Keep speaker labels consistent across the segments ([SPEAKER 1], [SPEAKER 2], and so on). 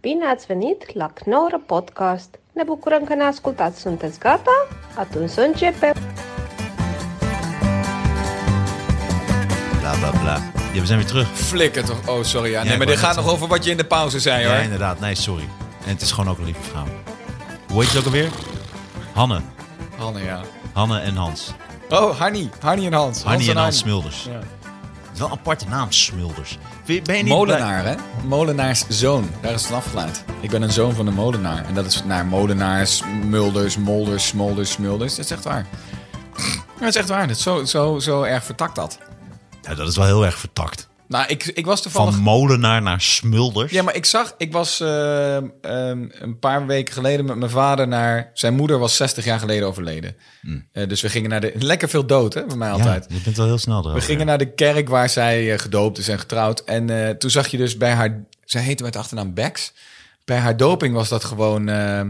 [SPEAKER 1] Bine ați venit la Knorr Podcast! Ne bucurăm că ne ascultați! Sunteți gata? Atunci să începem!
[SPEAKER 2] Bla bla bla. Ja, we zijn weer terug.
[SPEAKER 3] Flikker toch. Oh, sorry. Ja.
[SPEAKER 2] Ja,
[SPEAKER 3] Nee,
[SPEAKER 2] ik wou
[SPEAKER 3] maar
[SPEAKER 2] net
[SPEAKER 3] dit gaat nog over wat je in de pauze zei,
[SPEAKER 2] Ja,
[SPEAKER 3] hoor.
[SPEAKER 2] inderdaad. Nee, sorry. En het is gewoon ook een lieve vrouw. Hoe heet het ook alweer? Hanne.
[SPEAKER 3] Hanne, ja.
[SPEAKER 2] Hanne en Hans.
[SPEAKER 3] Oh, Harnie. Harnie en Hans.
[SPEAKER 2] Hanni en Hans
[SPEAKER 3] Harnie.
[SPEAKER 2] Smulders.
[SPEAKER 3] Ja.
[SPEAKER 2] Het is Wel een aparte naam, Smulders. Ben je, ben je niet blij-
[SPEAKER 3] Molenaar, hè? Molenaars zoon. Daar is het van afgeleid. Ik ben een zoon van de molenaar. En dat is naar molenaars, mulders, molders, smolders, smulders. Dat is echt waar. Dat is echt waar. Dat is zo, zo, zo erg vertakt dat.
[SPEAKER 2] Nou, dat is wel heel erg vertakt.
[SPEAKER 3] Nou, ik, ik was toevallig...
[SPEAKER 2] Van molenaar naar Smulders.
[SPEAKER 3] Ja, maar ik zag, ik was eh, ehm, een paar weken geleden met mijn vader naar. Zijn moeder was 60 jaar geleden overleden. Eh, dus we gingen naar de. Lekker veel dood, hè, bij mij
[SPEAKER 2] Hmm. Ja,
[SPEAKER 3] altijd.
[SPEAKER 2] je bent wel heel snel erover.
[SPEAKER 3] We gingen naar de kerk waar zij eh, gedoopt is en getrouwd. En eh, toen zag je dus bij haar. Zij heette met de achternaam Bex. Bij haar doping was dat gewoon. eh,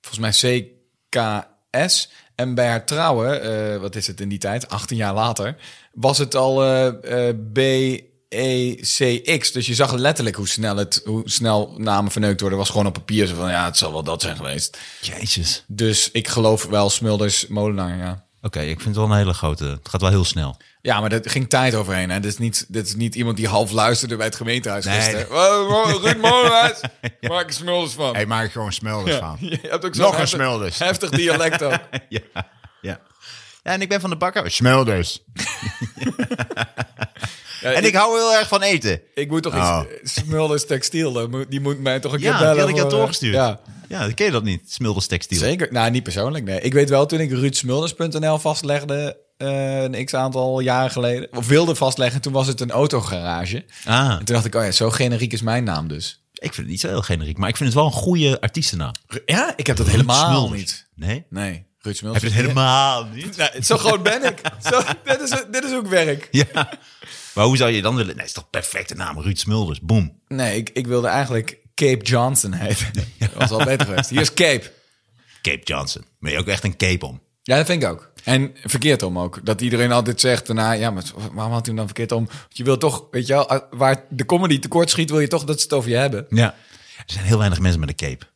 [SPEAKER 3] volgens mij CKS. En bij haar trouwen, eh, wat is het in die tijd? 18 jaar later. Was het al eh eh BECX. Dus je zag letterlijk hoe snel, het, hoe snel namen verneukt worden. Was gewoon op papier. Zo van ja, het zal wel dat zijn geweest.
[SPEAKER 2] Jezus.
[SPEAKER 3] Dus ik geloof wel Smulders Molenaar, ja.
[SPEAKER 2] Oké, ik vind het wel een hele grote. Het gaat wel heel snel.
[SPEAKER 3] Ja, maar dat ging tijd overheen. Hè? Dit, is niet, dit is niet iemand die half luisterde bij het gemeentehuis
[SPEAKER 2] Nee.
[SPEAKER 3] gisteren. Oh, oh, Ruud Molenaars, maak er smulders van.
[SPEAKER 4] Hey, maak er gewoon smulders van.
[SPEAKER 3] Je hebt ook zo'n
[SPEAKER 4] Nog een
[SPEAKER 3] heftig-
[SPEAKER 4] smulders.
[SPEAKER 3] Heftig dialect ook.
[SPEAKER 2] ja. ja. Ja, en ik ben van de bakker.
[SPEAKER 4] Smulders.
[SPEAKER 3] Ja,
[SPEAKER 2] En ik hou heel erg van eten.
[SPEAKER 3] ik moet toch
[SPEAKER 4] Oh.
[SPEAKER 3] iets... Smulders textiel, dat moet- die moet mij toch een keer
[SPEAKER 2] Ja,
[SPEAKER 3] bellen.
[SPEAKER 2] die had ik jou
[SPEAKER 3] voor, eh,
[SPEAKER 2] doorgestuurd.
[SPEAKER 3] Ja,
[SPEAKER 2] Ja. ja, ken je dat niet? Smulders textiel.
[SPEAKER 3] zeker. Nou, niet persoonlijk, nee. Ik weet wel, toen ik ruudsmulders.nl vastlegde... eh, een x-aantal jaren geleden, of wilde vastleggen... toen was het een autogarage.
[SPEAKER 2] Ah,
[SPEAKER 3] En toen dacht ik, oh ja, zo generiek is mijn naam dus.
[SPEAKER 2] ik vind het niet zo heel generiek, maar ik vind het wel een goede artiestennaam.
[SPEAKER 3] Ja, ik heb dat helemaal
[SPEAKER 2] Smulders.
[SPEAKER 3] niet.
[SPEAKER 2] Nee?
[SPEAKER 3] Nee, Ruud
[SPEAKER 2] Heb
[SPEAKER 3] Smulders.
[SPEAKER 2] je het helemaal niet?
[SPEAKER 3] Nou, zo groot ben ik. Zo, dit, is, dit is ook werk.
[SPEAKER 2] Ja. Maar hoe zou je dan willen? Nee, is toch perfecte naam, Ruud Smulders. Boom.
[SPEAKER 3] Nee, ik, ik wilde eigenlijk Cape Johnson heten. Dat was al beter geweest. Hier is Cape.
[SPEAKER 2] Cape Johnson. Ben je ook echt een cape om?
[SPEAKER 3] Ja, dat vind ik ook. En verkeerd om ook. Dat iedereen altijd zegt daarna, ja, maar waarom had hij hem dan verkeerd om? Want je wil toch, weet je wel, ah, waar de comedy tekort schiet, wil je toch dat ze het over je hebben.
[SPEAKER 2] Ja. Er zijn heel weinig mensen met een cape. Er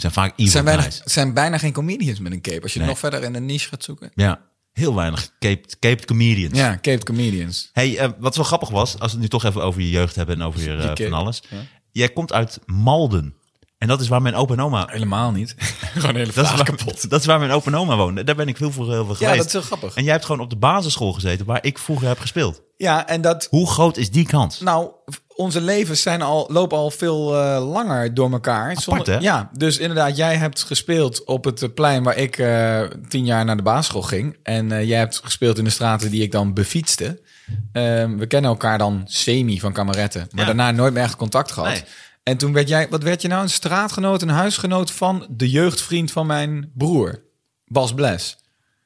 [SPEAKER 2] zijn vaak evil
[SPEAKER 3] Er zijn,
[SPEAKER 2] guys.
[SPEAKER 3] bijna, er zijn bijna geen comedians met een cape. Als je
[SPEAKER 2] Nee.
[SPEAKER 3] nog verder in de niche gaat zoeken.
[SPEAKER 2] Ja. Heel weinig caped, caped comedians.
[SPEAKER 3] Ja, Cape comedians.
[SPEAKER 2] Hey, eh, wat wel grappig was, als we het nu toch even over je jeugd hebben en over je, eh,
[SPEAKER 3] Die cape.
[SPEAKER 2] van alles. Jij komt uit Malden. En dat is waar mijn opa en oma...
[SPEAKER 3] Helemaal niet. Gewoon hele
[SPEAKER 2] Dat is,
[SPEAKER 3] vraag
[SPEAKER 2] waar,
[SPEAKER 3] Ah, kapot.
[SPEAKER 2] dat is waar mijn opa en oma woonde. Daar ben ik veel voor heel veel geweest.
[SPEAKER 3] dat is heel grappig.
[SPEAKER 2] En jij hebt gewoon op de basisschool gezeten waar ik vroeger heb gespeeld.
[SPEAKER 3] Ja, en dat,
[SPEAKER 2] Hoe groot is die kans?
[SPEAKER 3] Nou, v- onze levens zijn al, lopen al veel eh, langer door elkaar.
[SPEAKER 2] hè?
[SPEAKER 3] ja, dus inderdaad, jij hebt gespeeld op het eh, plein waar ik eh, tien jaar naar de basisschool ging. En eh, jij hebt gespeeld in de straten die ik dan befietste. Ehm, we kennen elkaar dan semi van kameretten, maar
[SPEAKER 2] Ja.
[SPEAKER 3] daarna nooit meer echt contact gehad.
[SPEAKER 2] Nee.
[SPEAKER 3] En toen werd jij, wat werd je nou? Een straatgenoot, een huisgenoot van de jeugdvriend van mijn broer, Bas Bles.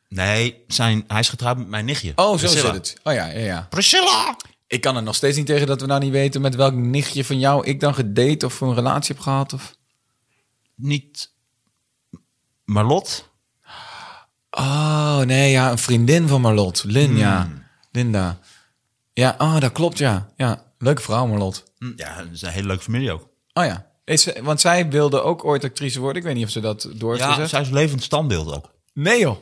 [SPEAKER 2] Nee, zijn, hij is getrouwd met mijn nichtje.
[SPEAKER 3] Oh, zo
[SPEAKER 2] Priscilla.
[SPEAKER 3] zit het. Oh ja, ja, ja.
[SPEAKER 2] Priscilla!
[SPEAKER 3] Ik kan er nog steeds niet tegen dat we nou niet weten met welk nichtje van jou ik dan gedate of een relatie heb gehad. Of...
[SPEAKER 2] Niet Marlot.
[SPEAKER 3] Oh, nee, ja, een vriendin van Marlot. Lin, ja.
[SPEAKER 2] Hmm.
[SPEAKER 3] Linda. Ja, oh, dat klopt, ja. ja. Leuke vrouw, Marlot.
[SPEAKER 2] Hm, Ja, dat is een hele leuke familie ook.
[SPEAKER 3] Oh ja. Is, ze- want zij wilde ook ooit actrice worden. Ik weet niet of ze dat door heeft
[SPEAKER 2] Ja,
[SPEAKER 3] gezet.
[SPEAKER 2] zij is levend standbeeld ook.
[SPEAKER 3] Nee, joh.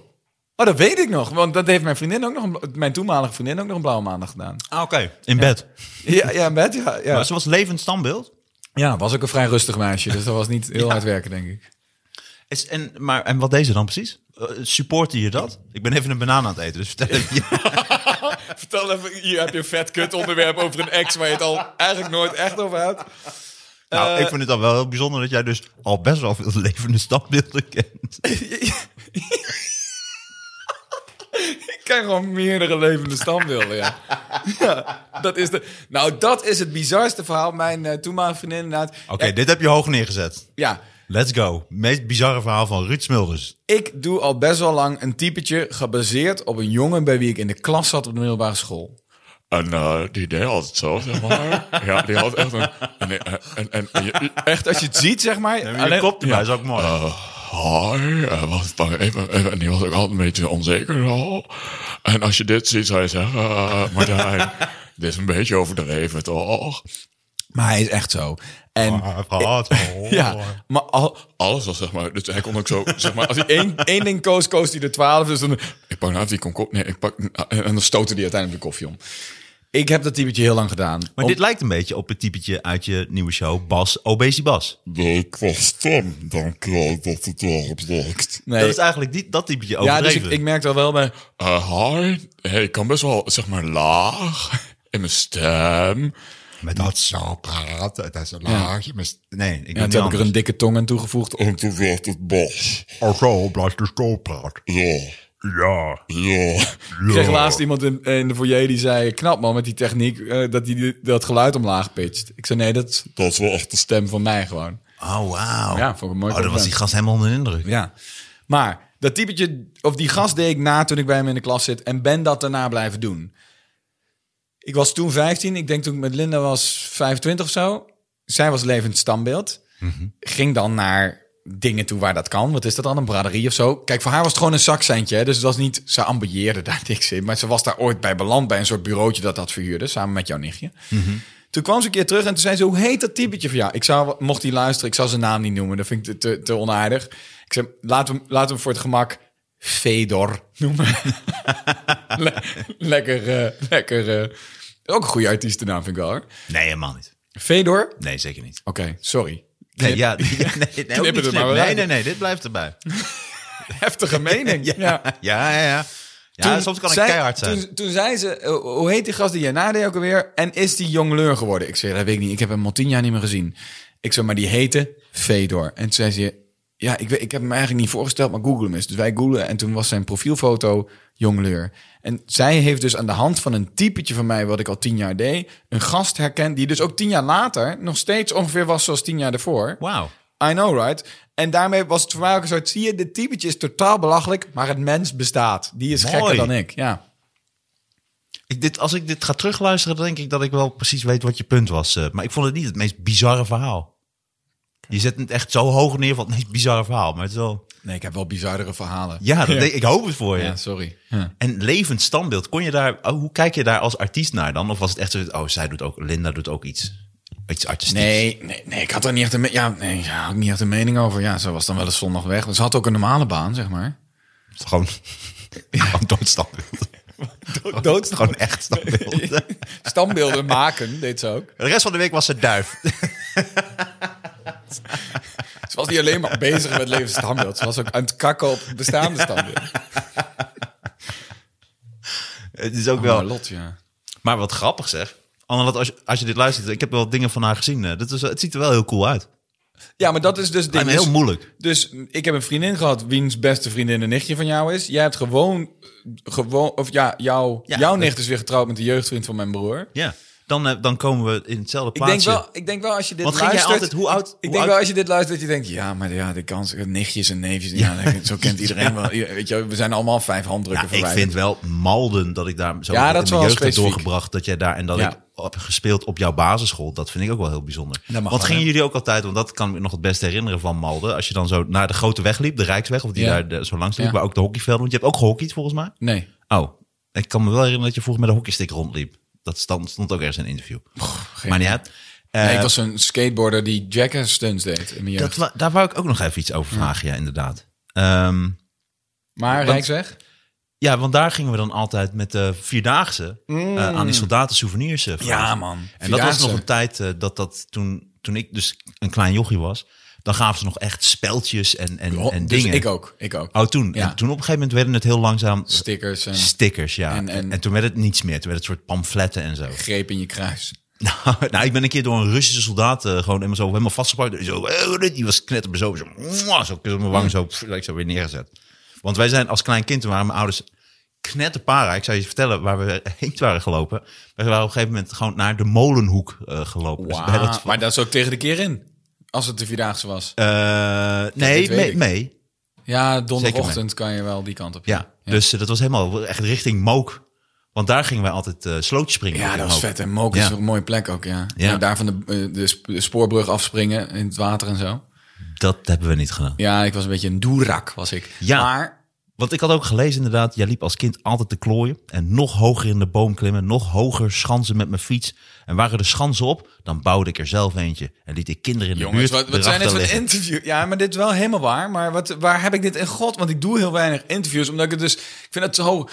[SPEAKER 3] Oh, dat weet ik nog. Want dat heeft mijn vriendin ook nog, een, bla- mijn toenmalige vriendin ook nog een blauwe maandag gedaan.
[SPEAKER 2] Ah, oké. In bed.
[SPEAKER 3] Ja, ja, Bert, ja. Ja.
[SPEAKER 2] Maar ze was levend standbeeld.
[SPEAKER 3] ja, was ook een vrij rustig meisje. Dus dat was niet heel hard werken, denk ik.
[SPEAKER 2] Is, en, maar, en wat deze dan precies? Eh, Supporte je dat? Ik ben even een banaan aan het eten, dus vertel even. Ja.
[SPEAKER 3] Vertel even, hier heb je een vet kut onderwerp over een ex waar je het al eigenlijk nooit echt over hebt.
[SPEAKER 2] Nou, ik vind het dan wel heel bijzonder dat jij dus al best wel veel levende standbeelden kent.
[SPEAKER 3] Ik ken gewoon meerdere levende standbeelden, ja. ja dat is de, nou, dat is het bizarste verhaal. Mijn eh toenmalige vriendin inderdaad.
[SPEAKER 2] Oké, dit heb je hoog neergezet.
[SPEAKER 3] Ja,
[SPEAKER 2] Let's go. Meest bizarre verhaal van Ruud Smulders.
[SPEAKER 3] ik doe al best wel lang een typetje gebaseerd op een jongen bij wie ik in de klas zat op de middelbare school.
[SPEAKER 5] En eh, die deed altijd zo, zeg maar. ja, die had echt een... een, een, een, een-
[SPEAKER 3] Echt, als je het ziet, zeg maar.
[SPEAKER 2] En je
[SPEAKER 3] alleen-
[SPEAKER 2] kop erbij is ook mooi.
[SPEAKER 5] hi, en, was, dan even, even- en die was ook altijd een beetje onzeker al. En als je dit ziet, zou je zeggen... eh, Martijn, dit is een beetje overdreven, toch?
[SPEAKER 3] Maar hij is echt zo. En
[SPEAKER 2] Oh. Ah, gehad.
[SPEAKER 3] ja, maar al,
[SPEAKER 5] Alles was zeg maar. Dus hij kon ook zo. zeg maar, als
[SPEAKER 3] als
[SPEAKER 5] hij
[SPEAKER 3] hij één, één ding koos, koos hij de twaalf. Dus dan,
[SPEAKER 5] Ik pak nou even die komkom. Nee, ik pak.
[SPEAKER 3] en dan stootte hij uiteindelijk de koffie om. Ik heb dat typetje heel lang gedaan.
[SPEAKER 2] Maar
[SPEAKER 3] Om-
[SPEAKER 2] dit lijkt een beetje op het typetje uit je nieuwe show Bas, Obesi Bas.
[SPEAKER 5] Ik was stem, dan krijg dat het erop lijkt.
[SPEAKER 3] nee.
[SPEAKER 2] Dat is eigenlijk die, dat typetje
[SPEAKER 3] ja, dus
[SPEAKER 2] overdreven.
[SPEAKER 3] ik, ik merkte al wel bij...
[SPEAKER 5] Eh, hi. Hey, ik kan best wel, zeg maar, laag. In mijn
[SPEAKER 3] Ehm,
[SPEAKER 5] stem.
[SPEAKER 2] Met dat zo praten, dat is een
[SPEAKER 3] laagje,
[SPEAKER 2] Nee, ik
[SPEAKER 3] Ja,
[SPEAKER 2] ben
[SPEAKER 3] toen heb ik er een dikke tong aan toegevoegd.
[SPEAKER 5] En toen werd het bos.
[SPEAKER 2] zo, blijf dus zo praten.
[SPEAKER 5] Ja,
[SPEAKER 2] Ja.
[SPEAKER 5] ja.
[SPEAKER 3] Ik kreeg laatst iemand in, in de foyer die zei... Knap man, met die techniek, eh, dat hij dat geluid omlaag pitcht. Ik zei, nee, dat is
[SPEAKER 5] Dat is wel echt
[SPEAKER 3] de stem van mij gewoon.
[SPEAKER 2] Oh, wauw.
[SPEAKER 3] Ja, vond ik een mooi
[SPEAKER 2] Oh, dan was die
[SPEAKER 3] compliment.
[SPEAKER 2] gast helemaal onder de indruk.
[SPEAKER 3] Ja. Maar dat typetje, of die gast deed ik na toen ik bij hem in de klas zit. En ben dat daarna blijven doen. Ik was toen 15. Ik denk toen ik met Linda was 25 of zo. Zij was levend standbeeld. Ging dan naar dingen toe waar dat kan. Wat is dat dan? Een braderie of zo? Kijk, voor haar was het gewoon een zakcentje. Hè? Dus het was niet... Ze ambieerde daar niks in. Maar ze was daar ooit bij beland bij een soort bureautje dat dat verhuurde. Samen met jouw nichtje. Toen kwam ze een keer terug en toen zei ze... Hoe heet dat typetje van jou? Ik zou, mocht hij luisteren, ik zou zijn naam niet noemen. Dat vind ik te, te, te onaardig. Ik zei, laten we, hem- laten we hem voor het gemak Fedor noemen. Le- lekker, eh, lekker. eh, ook een goede artiestennaam vind ik wel hoor.
[SPEAKER 2] Nee, helemaal niet.
[SPEAKER 3] Fedor? Oké,
[SPEAKER 2] Nee, zeker niet.
[SPEAKER 3] sorry.
[SPEAKER 2] Nee, ja, nee, nee, ook niet
[SPEAKER 3] het er
[SPEAKER 2] slim.
[SPEAKER 3] maar weer
[SPEAKER 2] nee,
[SPEAKER 3] uit.
[SPEAKER 2] nee, nee, dit blijft erbij.
[SPEAKER 3] Heftige mening. ja.
[SPEAKER 2] Ja, ja, ja. Ja,
[SPEAKER 3] Toen
[SPEAKER 2] soms kan ik
[SPEAKER 3] zei-
[SPEAKER 2] keihard zijn.
[SPEAKER 3] Toen, toen zei ze, eh, hoe heet die gast die jij nadeed ook alweer? En is die jongleur geworden? Ik zei, dat weet ik niet. Ik heb hem al tien jaar niet meer gezien. Ik zei, maar die heette Fedor. En toen zei ze, ja, ik, weet, ik heb hem eigenlijk niet voorgesteld, maar Google hem eens. Dus wij googelen en toen was zijn profielfoto jongleur. En zij heeft dus aan de hand van een typetje van mij, wat ik al tien jaar deed, een gast herkend die dus ook tien jaar later nog steeds ongeveer was zoals tien jaar daarvoor.
[SPEAKER 2] Wauw.
[SPEAKER 3] I know, right? En daarmee was het voor mij ook een soort... Zie je, dit typetje is totaal belachelijk, maar het mens bestaat. Die is
[SPEAKER 2] Mooi.
[SPEAKER 3] gekker dan ik, ja.
[SPEAKER 2] Ik, dit, als ik dit ga terugluisteren, dan denk ik dat ik wel precies weet wat je punt was. eh. maar ik vond het niet het meest bizarre verhaal. Je zet het echt zo hoog neer van het meest bizarre verhaal. Maar het is wel...
[SPEAKER 3] Nee, ik heb wel bizarre verhalen.
[SPEAKER 2] Ja, dat denk- ik hoop het voor je.
[SPEAKER 3] Ja, sorry. Ja.
[SPEAKER 2] En levend standbeeld, kon je daar, oh, hoe kijk je daar als artiest naar dan? Of was het echt zo, oh, zij doet ook, Linda doet ook iets, iets artistieks?
[SPEAKER 3] Nee, nee, nee, ik had er niet echt een, me- ja, nee, ja, had ik niet echt een mening over. Ja, ze was dan wel eens zondag weg. Ze had ook een normale baan, zeg maar.
[SPEAKER 2] Het is Gewoon, gewoon doodstandbeeld.
[SPEAKER 3] Dood,
[SPEAKER 2] Gewoon echt standbeeld.
[SPEAKER 3] Stambeelden maken, deed ze ook.
[SPEAKER 2] De rest van de week was ze duif.
[SPEAKER 3] Ze was niet alleen maar bezig met levend standbeeld. Ze was ook aan het kakken op bestaande standbeelden.
[SPEAKER 2] Het is ook
[SPEAKER 3] Ja,
[SPEAKER 2] wel...
[SPEAKER 3] Oh, lot, ja.
[SPEAKER 2] Maar wat grappig zeg. Annelot, als je, als je dit luistert, ik heb wel dingen van haar gezien. eh, Dat is, het ziet er wel heel cool uit.
[SPEAKER 3] Ja, maar dat is dus... het ding.
[SPEAKER 2] En heel
[SPEAKER 3] Dus-
[SPEAKER 2] moeilijk.
[SPEAKER 3] Dus mm, ik heb een vriendin gehad wiens beste vriendin een nichtje van jou is. Jij hebt gewoon, gewoon of ja, jou,
[SPEAKER 2] Ja,
[SPEAKER 3] jouw
[SPEAKER 2] dat-
[SPEAKER 3] nicht is weer getrouwd met de jeugdvriend van mijn broer.
[SPEAKER 2] Ja. Dan, eh, dan komen we in hetzelfde
[SPEAKER 3] Ik denk,
[SPEAKER 2] plaatsje.
[SPEAKER 3] wel, ik denk wel als je dit
[SPEAKER 2] Want ging jij
[SPEAKER 3] luistert...
[SPEAKER 2] altijd- hoe oud-
[SPEAKER 3] Ik, ik
[SPEAKER 2] hoe
[SPEAKER 3] denk
[SPEAKER 2] oud-
[SPEAKER 3] wel als je dit luistert dat je denkt... Ja, maar ja, de kans... eh, Nichtjes en neefjes. Ja, zo kent iedereen wel. Ieder- Weet je, we zijn allemaal vijf
[SPEAKER 2] Ja,
[SPEAKER 3] handdrukken
[SPEAKER 2] ik
[SPEAKER 3] verwijderd.
[SPEAKER 2] vind wel malden dat ik daar zo
[SPEAKER 3] Ja, dat
[SPEAKER 2] in
[SPEAKER 3] is
[SPEAKER 2] de
[SPEAKER 3] wel
[SPEAKER 2] jeugd heb
[SPEAKER 3] specifiek.
[SPEAKER 2] doorgebracht. Dat jij daar en dat
[SPEAKER 3] Ja.
[SPEAKER 2] ik heb gespeeld op jouw basisschool. Dat vind ik ook wel heel bijzonder.
[SPEAKER 3] Dat mag
[SPEAKER 2] Want
[SPEAKER 3] wel,
[SPEAKER 2] gingen
[SPEAKER 3] Nou, hè?
[SPEAKER 2] jullie ook altijd, want dat kan ik me nog het beste herinneren van Malden. Als je dan zo naar de grote weg liep, de Rijksweg, of die
[SPEAKER 3] Ja.
[SPEAKER 2] daar de- zo langs liep,
[SPEAKER 3] Ja.
[SPEAKER 2] maar ook de hockeyvelden. Want je hebt ook gehockeyd volgens mij.
[SPEAKER 3] Nee.
[SPEAKER 2] Oh, ik kan me wel herinneren dat je vroeger met een hockeystick rondliep. Dat stand, stond ook ergens in een interview. maar niet uit. Eh,
[SPEAKER 3] Nee, ik was een skateboarder die jackass stunts deed in mijn jeugd.
[SPEAKER 2] dat, wa- daar wou ik ook nog even iets over vragen, ja, inderdaad. Ehm,
[SPEAKER 3] maar Rijksweg?
[SPEAKER 2] ja, want daar gingen we dan altijd met de Vierdaagse eh, aan
[SPEAKER 3] Mm.
[SPEAKER 2] die soldaten souvenirs eh, vragen.
[SPEAKER 3] man.
[SPEAKER 2] En dat was
[SPEAKER 3] Vierdaagse.
[SPEAKER 2] nog een tijd eh, dat dat toen, toen ik dus een klein jochie was, dan gaven ze nog echt speldjes en, en,
[SPEAKER 3] Oh,
[SPEAKER 2] en
[SPEAKER 3] dus
[SPEAKER 2] dingen.
[SPEAKER 3] ik ook. Ik ook.
[SPEAKER 2] Oh, toen.
[SPEAKER 3] Ja.
[SPEAKER 2] En toen op een gegeven moment werden het heel langzaam
[SPEAKER 3] Stickers en
[SPEAKER 2] stickers, ja. En,
[SPEAKER 3] En- en-
[SPEAKER 2] toen werd het niets meer. Toen werd het soort pamfletten en zo.
[SPEAKER 3] greep in je kruis.
[SPEAKER 2] Nou, nou, ik ben een keer door een Russische soldaat eh, gewoon helemaal zo helemaal vastgepakt. Die Zo, eh, die was knetter zo, zo, mwah, zo kus op mijn wang zo, pff, lijkt zo weer neergezet. Want wij zijn als klein kind, toen waren mijn ouders knetterpara. Ik zou je vertellen waar we heen waren gelopen. We waren op een gegeven moment gewoon naar de molenhoek eh, gelopen. Dus bij dat-
[SPEAKER 3] Wauw. Maar dat is ook tegen de keer in. Als het de Vierdaagse was.
[SPEAKER 2] Eh,
[SPEAKER 3] dit
[SPEAKER 2] nee,
[SPEAKER 3] weet
[SPEAKER 2] mee,
[SPEAKER 3] ik.
[SPEAKER 2] mee.
[SPEAKER 3] Ja,
[SPEAKER 2] Zeker
[SPEAKER 3] donderochtend kan je wel die kant op.
[SPEAKER 2] Ja, dus eh, dat was helemaal echt richting Mook. Want daar gingen wij altijd eh slootjes springen.
[SPEAKER 3] Ja,
[SPEAKER 2] in
[SPEAKER 3] dat was
[SPEAKER 2] Mook.
[SPEAKER 3] vet. En Mook is
[SPEAKER 2] Ja.
[SPEAKER 3] een mooie plek ook, ja.
[SPEAKER 2] Ja.
[SPEAKER 3] ja. daar van de, eh, de, sp- de spoorbrug afspringen in het water en zo.
[SPEAKER 2] Dat hebben we niet gedaan.
[SPEAKER 3] Ja, ik was een beetje een doerak, was ik.
[SPEAKER 2] Ja.
[SPEAKER 3] Maar
[SPEAKER 2] Want ik had ook gelezen inderdaad, jij liep als kind altijd te klooien. En nog hoger in de boom klimmen, nog hoger schansen met mijn fiets. En waren de schansen op, dan bouwde ik er zelf eentje. En liet ik kinderen in de
[SPEAKER 5] Jongens,
[SPEAKER 2] buurt
[SPEAKER 3] Wat, wat zijn dit
[SPEAKER 2] erachter
[SPEAKER 3] voor
[SPEAKER 2] liggen.
[SPEAKER 3] interview? Ja, maar dit is wel helemaal waar. Maar wat, waar heb ik dit in god? Want ik doe heel weinig interviews. Omdat ik het dus... Ik vind het zo...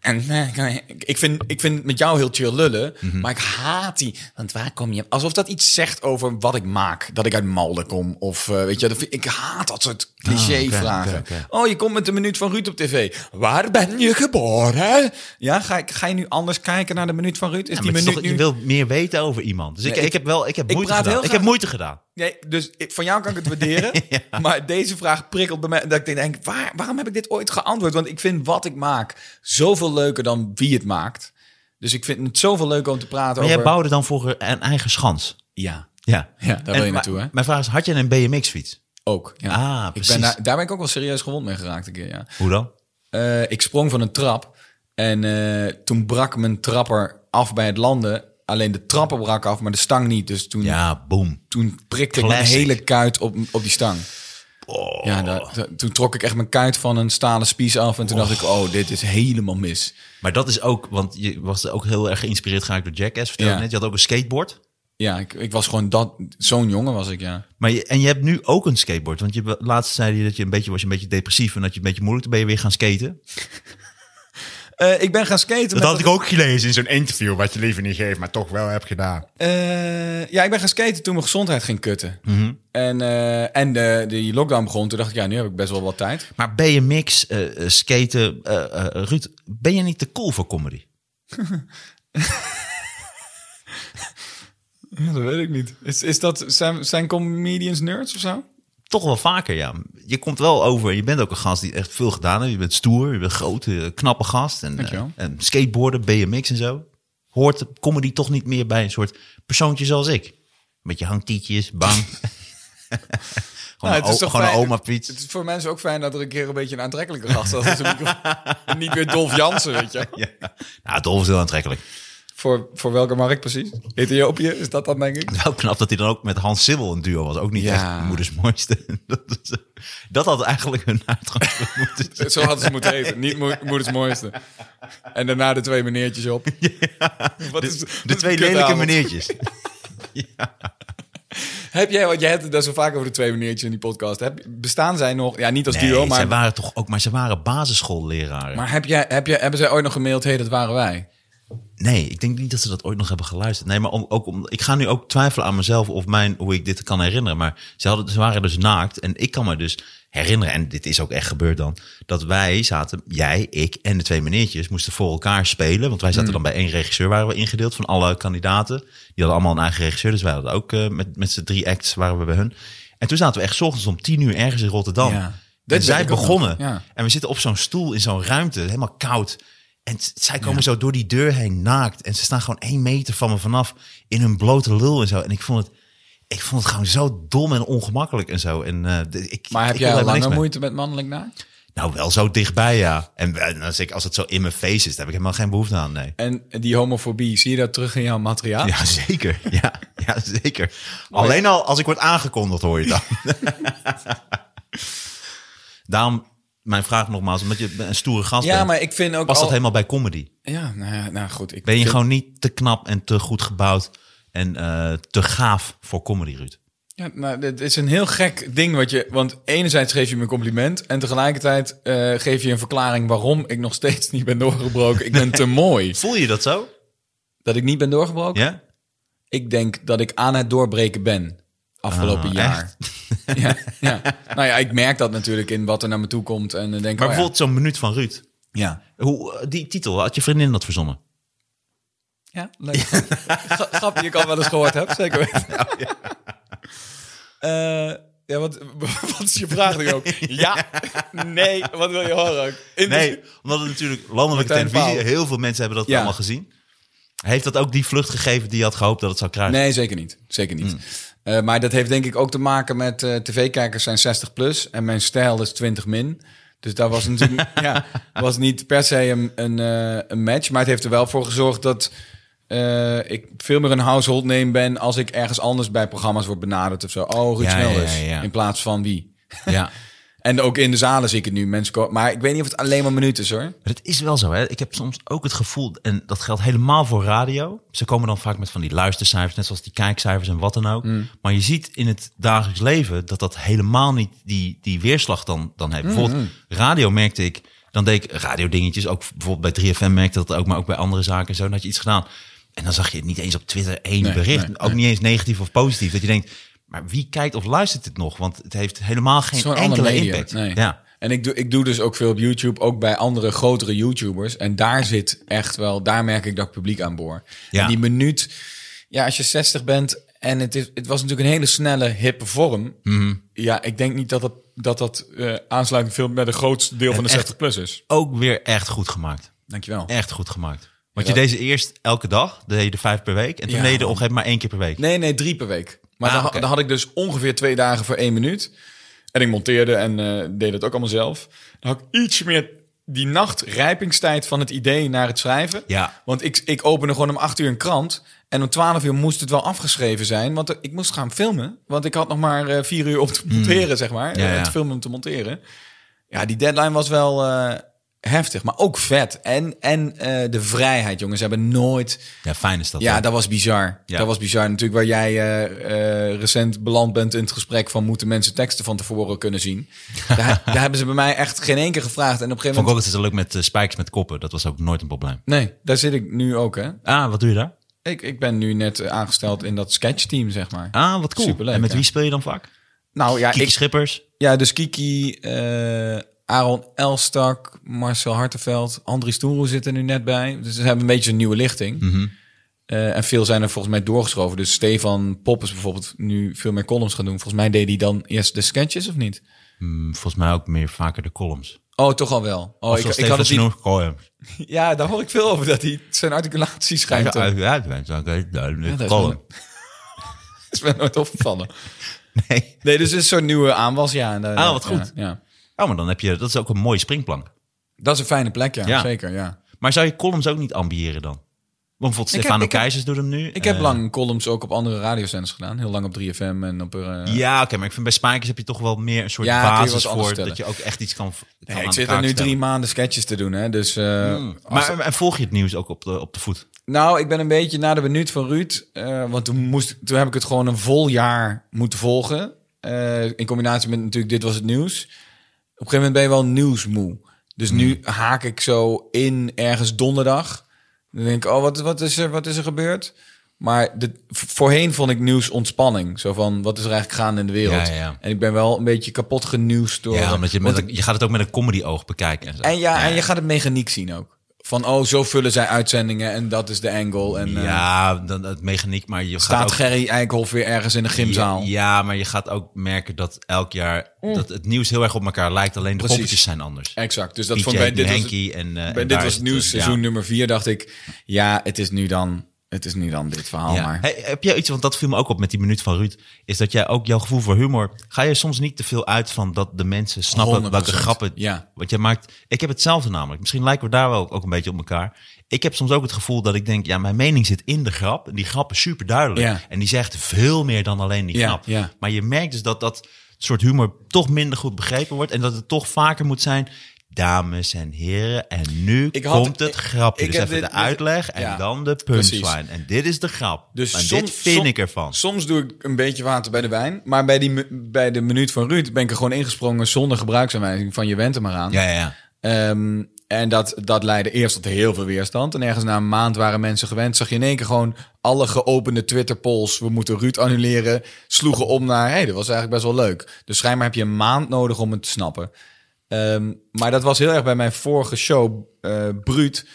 [SPEAKER 3] En eh, ik vind, ik vind het met jou heel chill lullen.
[SPEAKER 2] Mhm.
[SPEAKER 3] Maar ik haat die... Want waar kom je... Alsof dat iets zegt over wat ik maak. Dat ik uit Malden kom. Of eh, weet je... dat vind- ik haat dat soort cliché-vragen.
[SPEAKER 2] Ah, oké, oké,
[SPEAKER 3] Oh, je komt met de minuut van Ruud op tv. Waar ben je geboren? Ja, ga, ik- ga je nu anders kijken naar de minuut van Ruud? Is
[SPEAKER 2] Ja,
[SPEAKER 3] die
[SPEAKER 2] maar het is toch-
[SPEAKER 3] minuut nu...
[SPEAKER 2] Je wil meer weten over iemand. Dus ik,
[SPEAKER 3] Nee,
[SPEAKER 2] ik,
[SPEAKER 3] ik-
[SPEAKER 2] heb wel ik heb
[SPEAKER 3] ik
[SPEAKER 2] moeite
[SPEAKER 3] praat
[SPEAKER 2] gedaan.
[SPEAKER 3] heel
[SPEAKER 2] Ik
[SPEAKER 3] graag-
[SPEAKER 2] heb moeite gedaan.
[SPEAKER 3] Nee, dus ik- van jou kan ik het waarderen. Maar deze vraag prikkelt bij mij. Dat ik denk, waar, waarom heb ik dit ooit geantwoord? Want ik vind wat ik maak zoveel leuker dan wie het maakt. Dus ik vind het zoveel leuker om te praten
[SPEAKER 2] Maar
[SPEAKER 3] over...
[SPEAKER 2] jij bouwde dan vroeger een eigen schans.
[SPEAKER 3] Ja,
[SPEAKER 2] Ja,
[SPEAKER 3] Ja, daar wil je naartoe, hè?
[SPEAKER 2] Mijn vraag is, had je een BMX-fiets?
[SPEAKER 3] ook. Ja.
[SPEAKER 2] Ah,
[SPEAKER 3] ik
[SPEAKER 2] precies.
[SPEAKER 3] ben daar, daar ben ik ook wel serieus gewond mee geraakt een keer, ja.
[SPEAKER 2] Hoe dan?
[SPEAKER 3] Eh, ik sprong van een trap en eh, toen brak mijn trapper af bij het landen. Alleen de trapper brak af, maar de stang niet. Dus toen,
[SPEAKER 2] Ja, boom.
[SPEAKER 3] toen prikte ik mijn
[SPEAKER 2] Classic.
[SPEAKER 3] hele kuit op, op die stang.
[SPEAKER 2] Oh.
[SPEAKER 3] Ja, da- da- toen trok ik echt mijn kuit van een stalen spies af. En toen dacht ik, oh, dit is helemaal mis.
[SPEAKER 2] Maar dat is ook, want je was ook heel erg geïnspireerd geraakt door Jackass. Vertelde
[SPEAKER 3] Ja.
[SPEAKER 2] net, je had ook een skateboard.
[SPEAKER 3] Ja, ik, ik was gewoon dat... Zo'n jongen was ik, ja.
[SPEAKER 2] Maar je, en je hebt nu ook een skateboard. Want je, laatst zei je dat je een beetje was je een beetje depressief en dat je een beetje moeilijk. Toen ben je weer gaan skaten.
[SPEAKER 3] Eh, ik ben gaan skaten
[SPEAKER 2] Dat
[SPEAKER 3] met...
[SPEAKER 2] had ik ook gelezen in zo'n
[SPEAKER 4] interview wat je liever niet geeft, maar toch wel hebt gedaan.
[SPEAKER 3] Eh, ja, ik ben gaan skaten toen mijn gezondheid ging kutten. En, eh, en de, die lockdown begon. Toen dacht ik, ja, nu heb ik best wel wat tijd.
[SPEAKER 2] Maar BMX, eh eh, skaten, eh, eh, Ruud, ben je niet te cool voor comedy?
[SPEAKER 3] dat weet ik niet. Is, is dat, zijn, zijn comedians nerds of zo?
[SPEAKER 2] Toch wel vaker, ja. Je komt wel over. Je bent ook een gast die echt veel gedaan heeft. Je bent stoer, je bent een grote, knappe gast. En,
[SPEAKER 3] Dankjewel.
[SPEAKER 2] eh, en skateboarden, BMX en zo. Hoort comedy toch niet meer bij een soort persoontje zoals ik? Met je hangtietjes, bang. gewoon
[SPEAKER 3] Nou,
[SPEAKER 2] een, o- gewoon een
[SPEAKER 3] fijn-
[SPEAKER 2] oma fiets.
[SPEAKER 3] Het is voor mensen ook fijn dat er een keer een beetje een aantrekkelijke gast was. Dus een micro- niet weer Dolf Jansen, weet je.
[SPEAKER 2] Ja. Nou, Dolf is heel aantrekkelijk.
[SPEAKER 3] Voor, voor welke markt precies? Ethiopië, is dat dan denk ik?
[SPEAKER 2] Wel knap dat hij dan ook met Hans Sibbel een duo was. Ook niet
[SPEAKER 3] Ja.
[SPEAKER 2] echt moeders mooiste. Dat, is- dat had eigenlijk hun uitgangspunt moeten zijn.
[SPEAKER 3] Zo hadden ze moeten heten. Niet mo moeders mooiste. En daarna de twee meneertjes op. Wat is- wat
[SPEAKER 2] De
[SPEAKER 3] is
[SPEAKER 2] twee
[SPEAKER 3] een
[SPEAKER 2] lelijke
[SPEAKER 3] kutavond.
[SPEAKER 2] meneertjes.
[SPEAKER 3] Heb jij, want jij hebt het daar zo vaak over de twee meneertjes in die podcast. Heb, bestaan zij nog? Ja, niet als
[SPEAKER 2] Nee,
[SPEAKER 3] duo, maar,
[SPEAKER 2] zij waren toch ook, maar ze waren basisschoolleraren.
[SPEAKER 3] maar heb jij, heb jij, hebben zij ooit nog gemaild? Hé, dat waren wij.
[SPEAKER 2] Nee, ik denk niet dat ze dat ooit nog hebben geluisterd. Nee, maar om, ook om, ik ga nu ook twijfelen aan mezelf of mijn, hoe ik dit kan herinneren. Maar ze, hadden, ze waren dus naakt en ik kan me dus herinneren, en dit is ook echt gebeurd dan, dat wij zaten, jij, ik en de twee meneertjes, moesten voor elkaar spelen. Want wij zaten
[SPEAKER 3] Hmm.
[SPEAKER 2] dan bij één regisseur, waren we ingedeeld van alle kandidaten. Die hadden allemaal een eigen regisseur, dus wij hadden ook eh, met, met z'n drie acts waren we bij hun. En toen zaten we echt 's ochtends om tien uur ergens in Rotterdam.
[SPEAKER 3] Ja.
[SPEAKER 2] En
[SPEAKER 3] Dat weet
[SPEAKER 2] zij
[SPEAKER 3] ik ook nog,
[SPEAKER 2] begonnen.
[SPEAKER 3] ja.
[SPEAKER 2] En we zitten op zo'n stoel in zo'n ruimte, helemaal koud. En t- zij komen zo door die deur heen naakt. En ze staan gewoon één meter van me vanaf in hun blote lul en zo. En ik vond het, ik vond het gewoon zo dom en ongemakkelijk en zo. En, eh, de- ik,
[SPEAKER 3] Maar heb
[SPEAKER 2] ik
[SPEAKER 3] jij
[SPEAKER 2] wil helemaal
[SPEAKER 3] al
[SPEAKER 2] niks
[SPEAKER 3] langer
[SPEAKER 2] mee.
[SPEAKER 3] moeite met mannelijk naakt?
[SPEAKER 2] Nou, wel zo dichtbij, ja. En eh, als, ik, als het zo in mijn face is, daar heb ik helemaal geen behoefte aan, nee.
[SPEAKER 3] En die homofobie, zie je dat terug in jouw materiaal?
[SPEAKER 2] Ja, zeker. Ja, ja zeker. Alleen al als ik word aangekondigd, hoor je het dan. Daarom mijn vraag nogmaals, omdat je een stoere gast
[SPEAKER 3] Ja,
[SPEAKER 2] bent.
[SPEAKER 3] maar ik vind ook
[SPEAKER 2] Past
[SPEAKER 3] al...
[SPEAKER 2] dat helemaal bij comedy?
[SPEAKER 3] Ja, nou, ja, nou goed. Ik
[SPEAKER 2] Ben je
[SPEAKER 3] vind-
[SPEAKER 2] gewoon niet te knap en te goed gebouwd en eh, te gaaf voor comedy, Ruud?
[SPEAKER 3] Ja, nou, dit is een heel gek ding wat je. Want enerzijds geef je me een compliment. En tegelijkertijd eh, geef je een verklaring waarom ik nog steeds niet ben doorgebroken. Ik ben te mooi.
[SPEAKER 2] Voel je dat zo?
[SPEAKER 3] Dat ik niet ben doorgebroken?
[SPEAKER 2] Ja? Oh,
[SPEAKER 3] Ik denk dat ik aan het doorbreken ben. Afgelopen
[SPEAKER 2] Ah,
[SPEAKER 3] jaar. Ja, ja. Nou ja, ik merk dat natuurlijk in wat er naar me toe komt. En dan denk
[SPEAKER 2] Maar
[SPEAKER 3] ik, oh ja.
[SPEAKER 2] bijvoorbeeld zo'n minuut van Ruud.
[SPEAKER 3] Ja.
[SPEAKER 2] Hoe, eh, die titel, had je vriendin dat verzonnen?
[SPEAKER 3] Ja, leuk. Gra- Grap die ik al wel eens gehoord heb, zeker weten.
[SPEAKER 2] Nou,
[SPEAKER 3] Ja, ja. wat, wat is je vraag nu ook? Ja, nee, wat wil je horen ook? In de-
[SPEAKER 2] Nee, omdat het natuurlijk landelijke
[SPEAKER 3] Martijn
[SPEAKER 2] televisie,
[SPEAKER 3] Pauw.
[SPEAKER 2] heel veel mensen hebben dat
[SPEAKER 3] Ja.
[SPEAKER 2] allemaal gezien. Heeft dat ook die vlucht gegeven die je had gehoopt dat het zou krijgen?
[SPEAKER 3] Nee, zeker niet. Zeker
[SPEAKER 2] Hmm.
[SPEAKER 3] niet. Eh, maar dat heeft denk ik ook te maken met eh, tv-kijkers zijn 60 plus en mijn stijl is 20 min. Dus daar was natuurlijk ja, was niet per se een, een, eh, een match. Maar het heeft er wel voor gezorgd dat eh, ik veel meer een household name ben als ik ergens anders bij programma's word benaderd of zo. Oh, Ruud
[SPEAKER 2] Ja,
[SPEAKER 3] Smelders.
[SPEAKER 2] ja, ja, ja.
[SPEAKER 3] In plaats van wie?
[SPEAKER 2] Ja.
[SPEAKER 3] En ook in de zalen zie ik het nu. Mensen komen, maar ik weet niet of het alleen maar minuten is hoor.
[SPEAKER 2] Maar het is wel zo, hè? Ik heb soms ook het gevoel, en dat geldt helemaal voor radio. Ze komen dan vaak met van die luistercijfers, net zoals die kijkcijfers en wat dan ook.
[SPEAKER 3] Mm.
[SPEAKER 2] Maar je ziet in het dagelijks leven dat dat helemaal niet die, die weerslag dan, dan heeft.
[SPEAKER 3] Mm-hmm.
[SPEAKER 2] Bijvoorbeeld radio merkte ik, dan deed ik radiodingetjes, ook bijvoorbeeld bij 3FM merkte dat ook, maar ook bij andere zaken en zo, dan had je iets gedaan. En dan zag je het niet eens op Twitter één
[SPEAKER 3] Nee,
[SPEAKER 2] bericht,
[SPEAKER 3] nee,
[SPEAKER 2] ook niet eens negatief of positief. Dat je denkt, maar wie kijkt of luistert dit nog? Want het heeft helemaal geen
[SPEAKER 3] Het is gewoon een
[SPEAKER 2] enkele
[SPEAKER 3] ander medium.
[SPEAKER 2] impact.
[SPEAKER 3] Nee.
[SPEAKER 2] Ja.
[SPEAKER 3] En ik doe, ik doe dus ook veel op YouTube, ook bij andere grotere YouTubers. En daar zit echt wel, daar merk ik dat ik publiek aan boor.
[SPEAKER 2] Ja.
[SPEAKER 3] En die minuut, ja, als je 60 bent en het, is, het was natuurlijk een hele snelle, hippe vorm.
[SPEAKER 2] Mhm.
[SPEAKER 3] Ja, ik denk niet dat dat, dat, dat eh, aansluiting veel met een groot deel van de
[SPEAKER 2] echt-
[SPEAKER 3] 60-plussers.
[SPEAKER 2] Ook weer echt goed gemaakt.
[SPEAKER 3] Dankjewel.
[SPEAKER 2] Echt goed gemaakt. Want
[SPEAKER 3] Ja,
[SPEAKER 2] je deed ze eerst elke dag, dan deed je er vijf per week. En toen
[SPEAKER 3] Ja.
[SPEAKER 2] deed je er op een gegeven moment maar één keer per week.
[SPEAKER 3] Nee, nee, drie per week. Maar
[SPEAKER 2] Ah,
[SPEAKER 3] dan, ha-
[SPEAKER 2] oké.
[SPEAKER 3] dan had ik dus ongeveer twee dagen voor één minuut. En ik monteerde en eh, deed dat ook allemaal zelf. Dan had ik iets meer die nacht rijpingstijd van het idee naar het schrijven.
[SPEAKER 2] Ja.
[SPEAKER 3] Want ik, ik opende gewoon om acht uur een krant. En om twaalf uur moest het wel afgeschreven zijn. Want ik moest gaan filmen. Want ik had nog maar eh, vier uur om te monteren, zeg maar.
[SPEAKER 2] Hmm. Ja,
[SPEAKER 3] Eh,
[SPEAKER 2] ja.
[SPEAKER 3] Te filmen om te monteren. Ja, die deadline was wel eh, heftig. Maar ook vet. En, en eh, de vrijheid, jongens. Ze hebben nooit...
[SPEAKER 2] Ja, fijn is dat.
[SPEAKER 3] Ja,
[SPEAKER 2] hè?
[SPEAKER 3] dat was bizar.
[SPEAKER 2] Ja.
[SPEAKER 3] Dat was bizar. Natuurlijk waar jij eh, eh, recent beland bent in het gesprek van moeten mensen teksten van tevoren kunnen zien. daar, daar hebben ze bij mij echt geen één keer gevraagd. En op een gegeven
[SPEAKER 2] Vond ik
[SPEAKER 3] moment...
[SPEAKER 2] ook altijd zo leuk met eh, spijkers met koppen. Dat was ook nooit een probleem.
[SPEAKER 3] Nee, daar zit ik nu ook hè.
[SPEAKER 2] Ah, wat doe je daar?
[SPEAKER 3] Ik, ik ben nu net eh, aangesteld in dat sketchteam zeg maar.
[SPEAKER 2] Ah, wat cool.
[SPEAKER 3] Superleuk,
[SPEAKER 2] en met
[SPEAKER 3] ja.
[SPEAKER 2] wie speel je dan vaak?
[SPEAKER 3] Nou ja,
[SPEAKER 2] Kiki
[SPEAKER 3] ik,
[SPEAKER 2] Schippers.
[SPEAKER 3] ja dus Kiki, eh, Aaron Elstak, Marcel Hartenveld, Andries Toeroe zitten er nu net bij. Dus ze hebben een beetje een nieuwe lichting.
[SPEAKER 2] Mhm.
[SPEAKER 3] Eh, en veel zijn er volgens mij doorgeschoven. Dus Stefan Poppes bijvoorbeeld nu veel meer columns gaan doen. Volgens mij deed hij dan eerst de sketches of niet?
[SPEAKER 2] Hm, volgens mij ook meer vaker de columns.
[SPEAKER 3] Oh, toch al wel. Oh,
[SPEAKER 2] Of
[SPEAKER 3] ik,
[SPEAKER 2] zoals
[SPEAKER 3] ik had het niet-
[SPEAKER 2] Stefan Snoer- Oh, ja.
[SPEAKER 3] Ja, daar hoor ik veel over dat hij zijn articulatie
[SPEAKER 2] Ja,
[SPEAKER 3] schijnt. te-
[SPEAKER 2] ja, ja, ja, ja, oké,
[SPEAKER 3] Ja,
[SPEAKER 2] duidelijk.
[SPEAKER 3] dat is
[SPEAKER 2] Column.
[SPEAKER 3] is mij nooit opgevallen.
[SPEAKER 2] Nee.
[SPEAKER 3] Nee, dus het is zo'n nieuwe aanwas, ja. En, eh,
[SPEAKER 2] Ah, wat
[SPEAKER 3] ja,
[SPEAKER 2] goed.
[SPEAKER 3] Ja.
[SPEAKER 2] Oh, maar dan heb je... Dat is ook een mooie springplank.
[SPEAKER 3] Dat is een fijne plek, ja.
[SPEAKER 2] Ja.
[SPEAKER 3] Zeker, ja.
[SPEAKER 2] Maar zou je columns ook niet ambiëren dan? Want bijvoorbeeld
[SPEAKER 3] Ik heb-
[SPEAKER 2] Stefano
[SPEAKER 3] ik heb-
[SPEAKER 2] Keizers doet hem nu.
[SPEAKER 3] Ik heb
[SPEAKER 2] Eh,
[SPEAKER 3] lang columns ook op andere radiozenders gedaan. Heel lang op 3FM en op... eh,
[SPEAKER 2] Ja, oké, maar ik vind bij Spijkers heb je toch wel meer een soort
[SPEAKER 3] Ja, kun je wat
[SPEAKER 2] basis
[SPEAKER 3] anders
[SPEAKER 2] voor
[SPEAKER 3] stellen.
[SPEAKER 2] dat je ook echt iets kan. v- kan
[SPEAKER 3] Nee, ik
[SPEAKER 2] aan
[SPEAKER 3] zit er
[SPEAKER 2] elkaar
[SPEAKER 3] nu
[SPEAKER 2] stellen. Hmm.
[SPEAKER 3] drie maanden sketches te doen, hè. Dus eh, als-
[SPEAKER 2] Maar en volg je het nieuws ook op de, op de voet?
[SPEAKER 3] Nou, ik ben een beetje na de minuut van Ruud. eh, want toen, moest, toen heb ik het gewoon een vol jaar moeten volgen. Eh, in combinatie met natuurlijk Dit Was Het Nieuws. Op een gegeven moment ben je wel nieuwsmoe. Dus nu
[SPEAKER 2] Hmm.
[SPEAKER 3] haak ik zo in ergens donderdag. Dan denk ik, oh, wat, wat, is, er, wat is er gebeurd? Maar de, voorheen vond ik nieuws ontspanning. Zo van, wat is er eigenlijk gaande in de wereld?
[SPEAKER 2] Ja, ja.
[SPEAKER 3] En ik ben wel een beetje kapot genieuwd door...
[SPEAKER 2] Ja, omdat je, met
[SPEAKER 3] want-
[SPEAKER 2] een- je gaat het ook met een comedy oog bekijken. En, zo.
[SPEAKER 3] en, ja, en je gaat het mechaniek zien ook. Van, oh, zo vullen zij uitzendingen en dat is de angle. En, eh,
[SPEAKER 2] ja, dan het mechaniek, maar je gaat
[SPEAKER 3] Staat
[SPEAKER 2] ook,
[SPEAKER 3] Gerry Eikhoff weer ergens in de gymzaal?
[SPEAKER 2] Ja, ja, maar je gaat ook merken dat elk jaar dat het nieuws heel erg op elkaar lijkt. Alleen de
[SPEAKER 3] Mm. Precies.
[SPEAKER 2] poppetjes zijn anders.
[SPEAKER 3] Exact. Dus dat
[SPEAKER 2] Dat
[SPEAKER 3] vond ik bij dit was,
[SPEAKER 2] Henky en, eh, en daar
[SPEAKER 3] bij dit was
[SPEAKER 2] is
[SPEAKER 3] het
[SPEAKER 2] het,
[SPEAKER 3] nieuws
[SPEAKER 2] eh,
[SPEAKER 3] seizoen
[SPEAKER 2] ja.
[SPEAKER 3] nummer 4 dacht ik, ja, het is nu dan, het is nu dan dit verhaal
[SPEAKER 2] Ja.
[SPEAKER 3] maar.
[SPEAKER 2] Hey, heb jij iets, want dat viel me ook op met die minuut van Ruud, is dat jij ook jouw gevoel voor humor, ga je soms niet te veel uit van dat de mensen snappen
[SPEAKER 3] 100%.
[SPEAKER 2] welke grappen.
[SPEAKER 3] Ja.
[SPEAKER 2] Want jij maakt, ik heb hetzelfde namelijk, misschien lijken we daar wel ook een beetje op elkaar. Ik heb soms ook het gevoel dat ik denk, ja, mijn mening zit in de grap en die grap is super duidelijk.
[SPEAKER 3] Ja.
[SPEAKER 2] En die zegt veel meer dan alleen die
[SPEAKER 3] Ja,
[SPEAKER 2] grap.
[SPEAKER 3] ja.
[SPEAKER 2] Maar je merkt dus dat dat soort humor toch minder goed begrepen wordt en dat het toch vaker moet zijn... Dames en heren, en nu
[SPEAKER 3] Ik had-
[SPEAKER 2] komt het
[SPEAKER 3] ik-
[SPEAKER 2] grapje.
[SPEAKER 3] ik
[SPEAKER 2] dus
[SPEAKER 3] heb
[SPEAKER 2] even
[SPEAKER 3] dit-
[SPEAKER 2] de uitleg en
[SPEAKER 3] ja,
[SPEAKER 2] dan de
[SPEAKER 3] precies.
[SPEAKER 2] punchline. En dit is de grap.
[SPEAKER 3] Dus
[SPEAKER 2] en
[SPEAKER 3] soms-
[SPEAKER 2] dit vind
[SPEAKER 3] som-
[SPEAKER 2] ik ervan.
[SPEAKER 3] Soms doe ik een beetje water bij de wijn, maar bij, die, mu- bij de minuut van Ruud ben ik er gewoon ingesprongen zonder gebruiksaanwijzing van je went er maar aan.
[SPEAKER 2] Ja, ja, ja.
[SPEAKER 3] Ehm, en dat, dat leidde eerst tot heel veel weerstand. En ergens na een maand waren mensen gewend. Zag je in één keer gewoon alle geopende Twitter-polls. We moeten Ruud annuleren. Sloegen om naar, hey, dat was eigenlijk best wel leuk. Dus schijnbaar heb je een maand nodig om het te snappen. Ehm, maar dat was heel erg bij mijn vorige show, eh Bruut,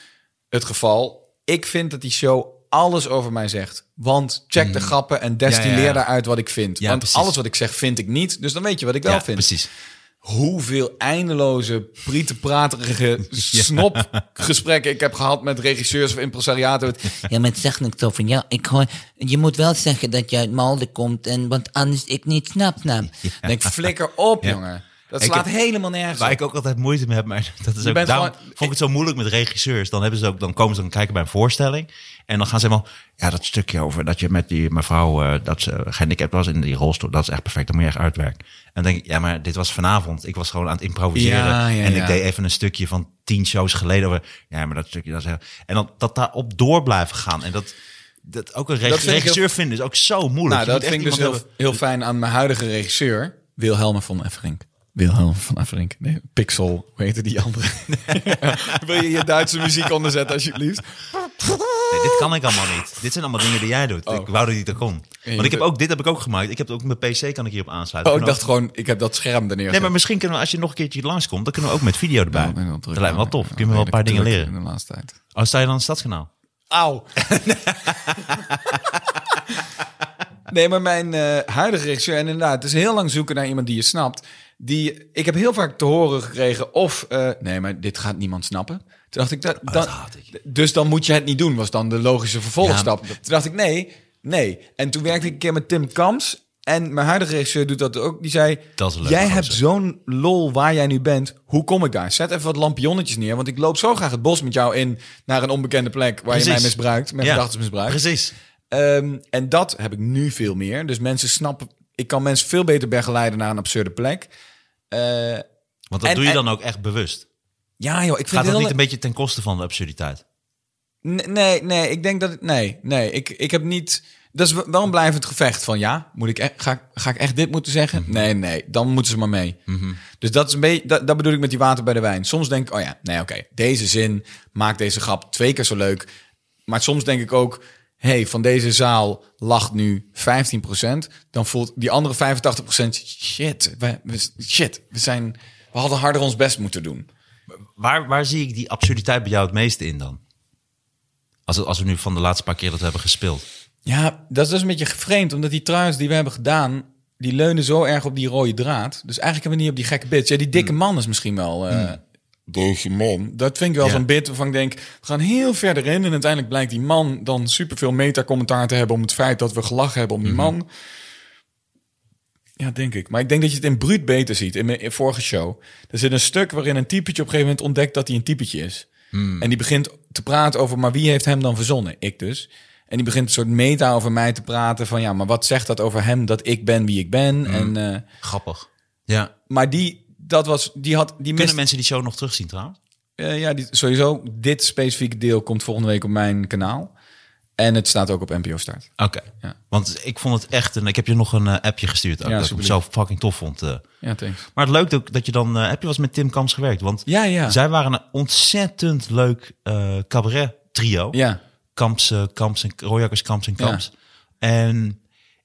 [SPEAKER 3] het geval. Ik vind dat die show alles over mij zegt. Want check de grappen en destilleer
[SPEAKER 2] Mhm. Ja, ja.
[SPEAKER 3] daaruit wat ik vind.
[SPEAKER 2] Ja,
[SPEAKER 3] Want
[SPEAKER 2] precies.
[SPEAKER 3] alles wat ik zeg vind ik niet. Dus dan weet je wat ik wel
[SPEAKER 2] ja,
[SPEAKER 3] vind
[SPEAKER 2] precies.
[SPEAKER 3] hoeveel eindeloze, prietenpraterige snopgesprekken ik heb gehad met regisseurs of impresariaten.
[SPEAKER 6] Ja, maar het zegt niks over jou. Ik hoor, je moet wel zeggen dat je uit Malden komt, en, want anders ik niet snap, nou. snap.
[SPEAKER 3] Denk, flikker op, jongen. Dat
[SPEAKER 2] Ik
[SPEAKER 3] slaat
[SPEAKER 2] heb-
[SPEAKER 3] helemaal nergens
[SPEAKER 2] Waar
[SPEAKER 3] op.
[SPEAKER 2] ik ook altijd moeite mee heb, maar dat is ook,
[SPEAKER 3] bent
[SPEAKER 2] daarom
[SPEAKER 3] gewoon-
[SPEAKER 2] vond ik het zo moeilijk met regisseurs. Dan, hebben ze ook, dan komen ze dan kijken bij een voorstelling. En dan gaan ze helemaal, ja, dat stukje over dat je met die mevrouw, eh, dat ze gehandicapt was in die rolstoel, dat is echt perfect, dat moet je echt uitwerken. En dan denk ik, ja, maar dit was vanavond. Ik was gewoon aan het improviseren.
[SPEAKER 3] Ja, ja,
[SPEAKER 2] en ik
[SPEAKER 3] ja.
[SPEAKER 2] deed even een stukje van tien shows geleden over, ja, maar dat stukje, dat is heel- En dan, dat daarop door blijven gaan. En dat, dat ook een reg-
[SPEAKER 3] Dat vind ik heel-
[SPEAKER 2] regisseur vinden is ook zo moeilijk.
[SPEAKER 3] Nou,
[SPEAKER 2] Je
[SPEAKER 3] dat
[SPEAKER 2] moet echt
[SPEAKER 3] vind ik dus
[SPEAKER 2] iemand
[SPEAKER 3] heel,
[SPEAKER 2] hebben-
[SPEAKER 3] heel fijn aan mijn huidige regisseur, Wilhelmer van Efferink. Wilhelmer van Efferink. Nee, Pixel, hoe heette die andere? Wil je je Duitse muziek onderzetten, alsjeblieft? Oh,
[SPEAKER 2] Nee, dit kan ik allemaal niet. Dit zijn allemaal dingen die jij doet.
[SPEAKER 3] Oh.
[SPEAKER 2] Ik wou dat ik er kon. Want ik heb ook, dit heb ik ook gemaakt. Ik heb ook mijn PC kan ik hierop aansluiten.
[SPEAKER 3] Oh,
[SPEAKER 2] Kunnen
[SPEAKER 3] ik dacht
[SPEAKER 2] ook-
[SPEAKER 3] gewoon, ik heb dat scherm er neergezet.
[SPEAKER 2] Nee, maar misschien kunnen we, als je nog een keertje langskomt, dan kunnen we ook met video erbij.
[SPEAKER 3] Ja, ik ben wel druk
[SPEAKER 2] dat lijkt me wel
[SPEAKER 3] aan-
[SPEAKER 2] tof.
[SPEAKER 3] aan-
[SPEAKER 2] Kun je me wel een paar dingen
[SPEAKER 3] druk
[SPEAKER 2] leren.
[SPEAKER 3] In de laatste tijd.
[SPEAKER 2] Oh, sta je dan in het stadskanaal?
[SPEAKER 3] Auw. nee, maar mijn eh, huidige regisseur, en inderdaad, het is heel lang zoeken naar iemand die je snapt. Die, ik heb heel vaak te horen gekregen of, eh, nee, maar dit gaat niemand snappen. Toen dacht ik, dat, dat-
[SPEAKER 2] Oh, haat ik.
[SPEAKER 3] dus dan moet je het niet doen, was dan de logische vervolgstap. Toen dacht ik, nee, nee. En toen werkte ik een keer met Tim Kams. En mijn huidige regisseur doet dat ook. Die zei,
[SPEAKER 2] Dat is een leuke
[SPEAKER 3] jij hebt
[SPEAKER 2] gozer.
[SPEAKER 3] zo'n lol waar jij nu bent. Hoe kom ik daar? Zet even wat lampionnetjes neer. Want ik loop zo graag het bos met jou in naar een onbekende plek... waar je
[SPEAKER 2] Precies.
[SPEAKER 3] mij misbruikt, mijn
[SPEAKER 2] Ja,
[SPEAKER 3] gedachten misbruikt.
[SPEAKER 2] Precies.
[SPEAKER 3] Ehm, en dat heb ik nu veel meer. Dus mensen snappen... Ik kan mensen veel beter begeleiden naar een absurde plek. Eh,
[SPEAKER 2] Want dat
[SPEAKER 3] En-
[SPEAKER 2] doe je
[SPEAKER 3] en-
[SPEAKER 2] dan ook echt bewust.
[SPEAKER 3] ja joh, ik vind
[SPEAKER 2] Gaat
[SPEAKER 3] het
[SPEAKER 2] dat
[SPEAKER 3] heel...
[SPEAKER 2] niet een beetje ten koste van de absurditeit?
[SPEAKER 3] Nee, nee, nee, ik denk dat het. Nee, nee, ik, ik heb niet. Dat is wel een blijvend gevecht van ja, moet ik, e- ga, ik- ga ik echt dit moeten zeggen? Nee, nee, dan moeten ze maar mee. Dus dat is een beetje, dat, dat bedoel ik met die water bij de wijn. Soms denk ik, oh ja, nee, oké, deze zin maakt deze grap twee keer zo leuk. Maar soms denk ik ook, hé, hey, van deze zaal lacht nu 15%. Dan voelt die andere 85% shit, we, we- shit, we zijn, we hadden harder ons best moeten doen.
[SPEAKER 2] Waar, waar zie ik die absurditeit bij jou het meeste in dan? Als, als we nu van de laatste paar keer dat we hebben gespeeld.
[SPEAKER 3] Ja, dat is dus een beetje vreemd, omdat die truins die we hebben gedaan, die leunen zo erg op die rode draad. Dus eigenlijk hebben we niet op die gekke bits. Ja, die dikke man is misschien wel. eh,
[SPEAKER 5] Deze man.
[SPEAKER 3] Dat vind ik wel
[SPEAKER 2] Ja.
[SPEAKER 3] zo'n bit waarvan ik denk, we gaan heel ver erin. En uiteindelijk blijkt die man dan superveel metacommentaar te hebben om het feit dat we gelachen hebben om
[SPEAKER 2] Mhm.
[SPEAKER 3] die man. Ja, denk ik. Maar ik denk dat je het in Bruut beter ziet, in mijn in vorige show. Er zit een stuk waarin een typetje op een gegeven moment ontdekt dat hij een typetje is.
[SPEAKER 2] Mhm.
[SPEAKER 3] En die begint te praten over, maar wie heeft hem dan verzonnen? Ik dus. En die begint een soort meta over mij te praten van, ja, maar wat zegt dat over hem dat ik ben wie ik ben?
[SPEAKER 2] Mhm.
[SPEAKER 3] En, eh,
[SPEAKER 2] Grappig. Ja.
[SPEAKER 3] maar die, dat was, die had, die
[SPEAKER 2] Kunnen
[SPEAKER 3] mist...
[SPEAKER 2] mensen die show nog terugzien trouwens?
[SPEAKER 3] Eh, ja, die, sowieso. Dit specifieke deel komt volgende week op mijn kanaal. En het staat ook op NPO Start.
[SPEAKER 2] Oké.
[SPEAKER 3] Ja.
[SPEAKER 2] Want ik vond het echt... En ik heb je nog een eh, appje gestuurd. Ook,
[SPEAKER 3] Ja,
[SPEAKER 2] dat ik hem zo fucking tof vond. eh.
[SPEAKER 3] Ja, thanks.
[SPEAKER 2] Maar het leuk ook dat je dan... eh, heb je wel eens met Tim Kams gewerkt? Want
[SPEAKER 3] Ja, ja.
[SPEAKER 2] zij waren een ontzettend leuk eh, cabaret trio.
[SPEAKER 3] Ja.
[SPEAKER 2] Kamps, eh, Kamps en Royakkers, Kamps en Kamps. En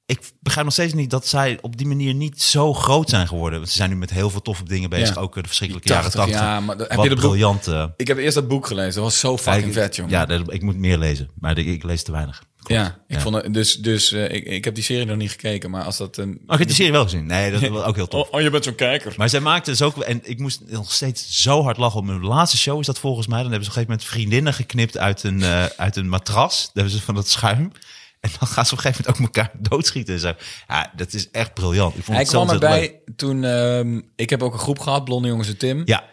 [SPEAKER 2] ik begrijp nog steeds niet dat zij op die manier niet zo groot zijn geworden. Want ze zijn nu met heel veel toffe dingen bezig.
[SPEAKER 3] Ja.
[SPEAKER 2] Ook eh, de verschrikkelijke
[SPEAKER 3] Die
[SPEAKER 2] jaren
[SPEAKER 3] 80,
[SPEAKER 2] 80.
[SPEAKER 3] ja, maar dat- heb
[SPEAKER 2] Wat
[SPEAKER 3] je de boek-
[SPEAKER 2] briljant. eh,
[SPEAKER 3] Ik heb eerst dat boek gelezen. Dat was zo fucking
[SPEAKER 2] ik-
[SPEAKER 3] vet, jongen.
[SPEAKER 2] Ja, dat- ik moet meer lezen. Maar ik, ik lees te weinig. Klopt. Oh,
[SPEAKER 3] Ja, ik vond het, dus, dus eh, ik, ik heb die serie nog niet gekeken, maar als dat een...
[SPEAKER 2] Oh, ik heb die serie wel gezien. Nee, dat was ook heel tof.
[SPEAKER 3] Oh, je bent zo'n kijker.
[SPEAKER 2] Maar zij maakte dus ook... En ik moest nog steeds zo hard lachen. Op mijn laatste show is dat volgens mij. Dan hebben ze op een gegeven moment vriendinnen geknipt uit een, eh, uit een matras. Dan hebben ze van dat schuim. En dan gaan ze op een gegeven moment ook elkaar doodschieten en zo. Ja, dat is echt briljant. Ik vond
[SPEAKER 3] Hij
[SPEAKER 2] het
[SPEAKER 3] kwam
[SPEAKER 2] zo ontzettend leuk.
[SPEAKER 3] erbij toen... ehm, ik heb ook een groep gehad, Blonde Jongens en Tim.
[SPEAKER 2] Ja,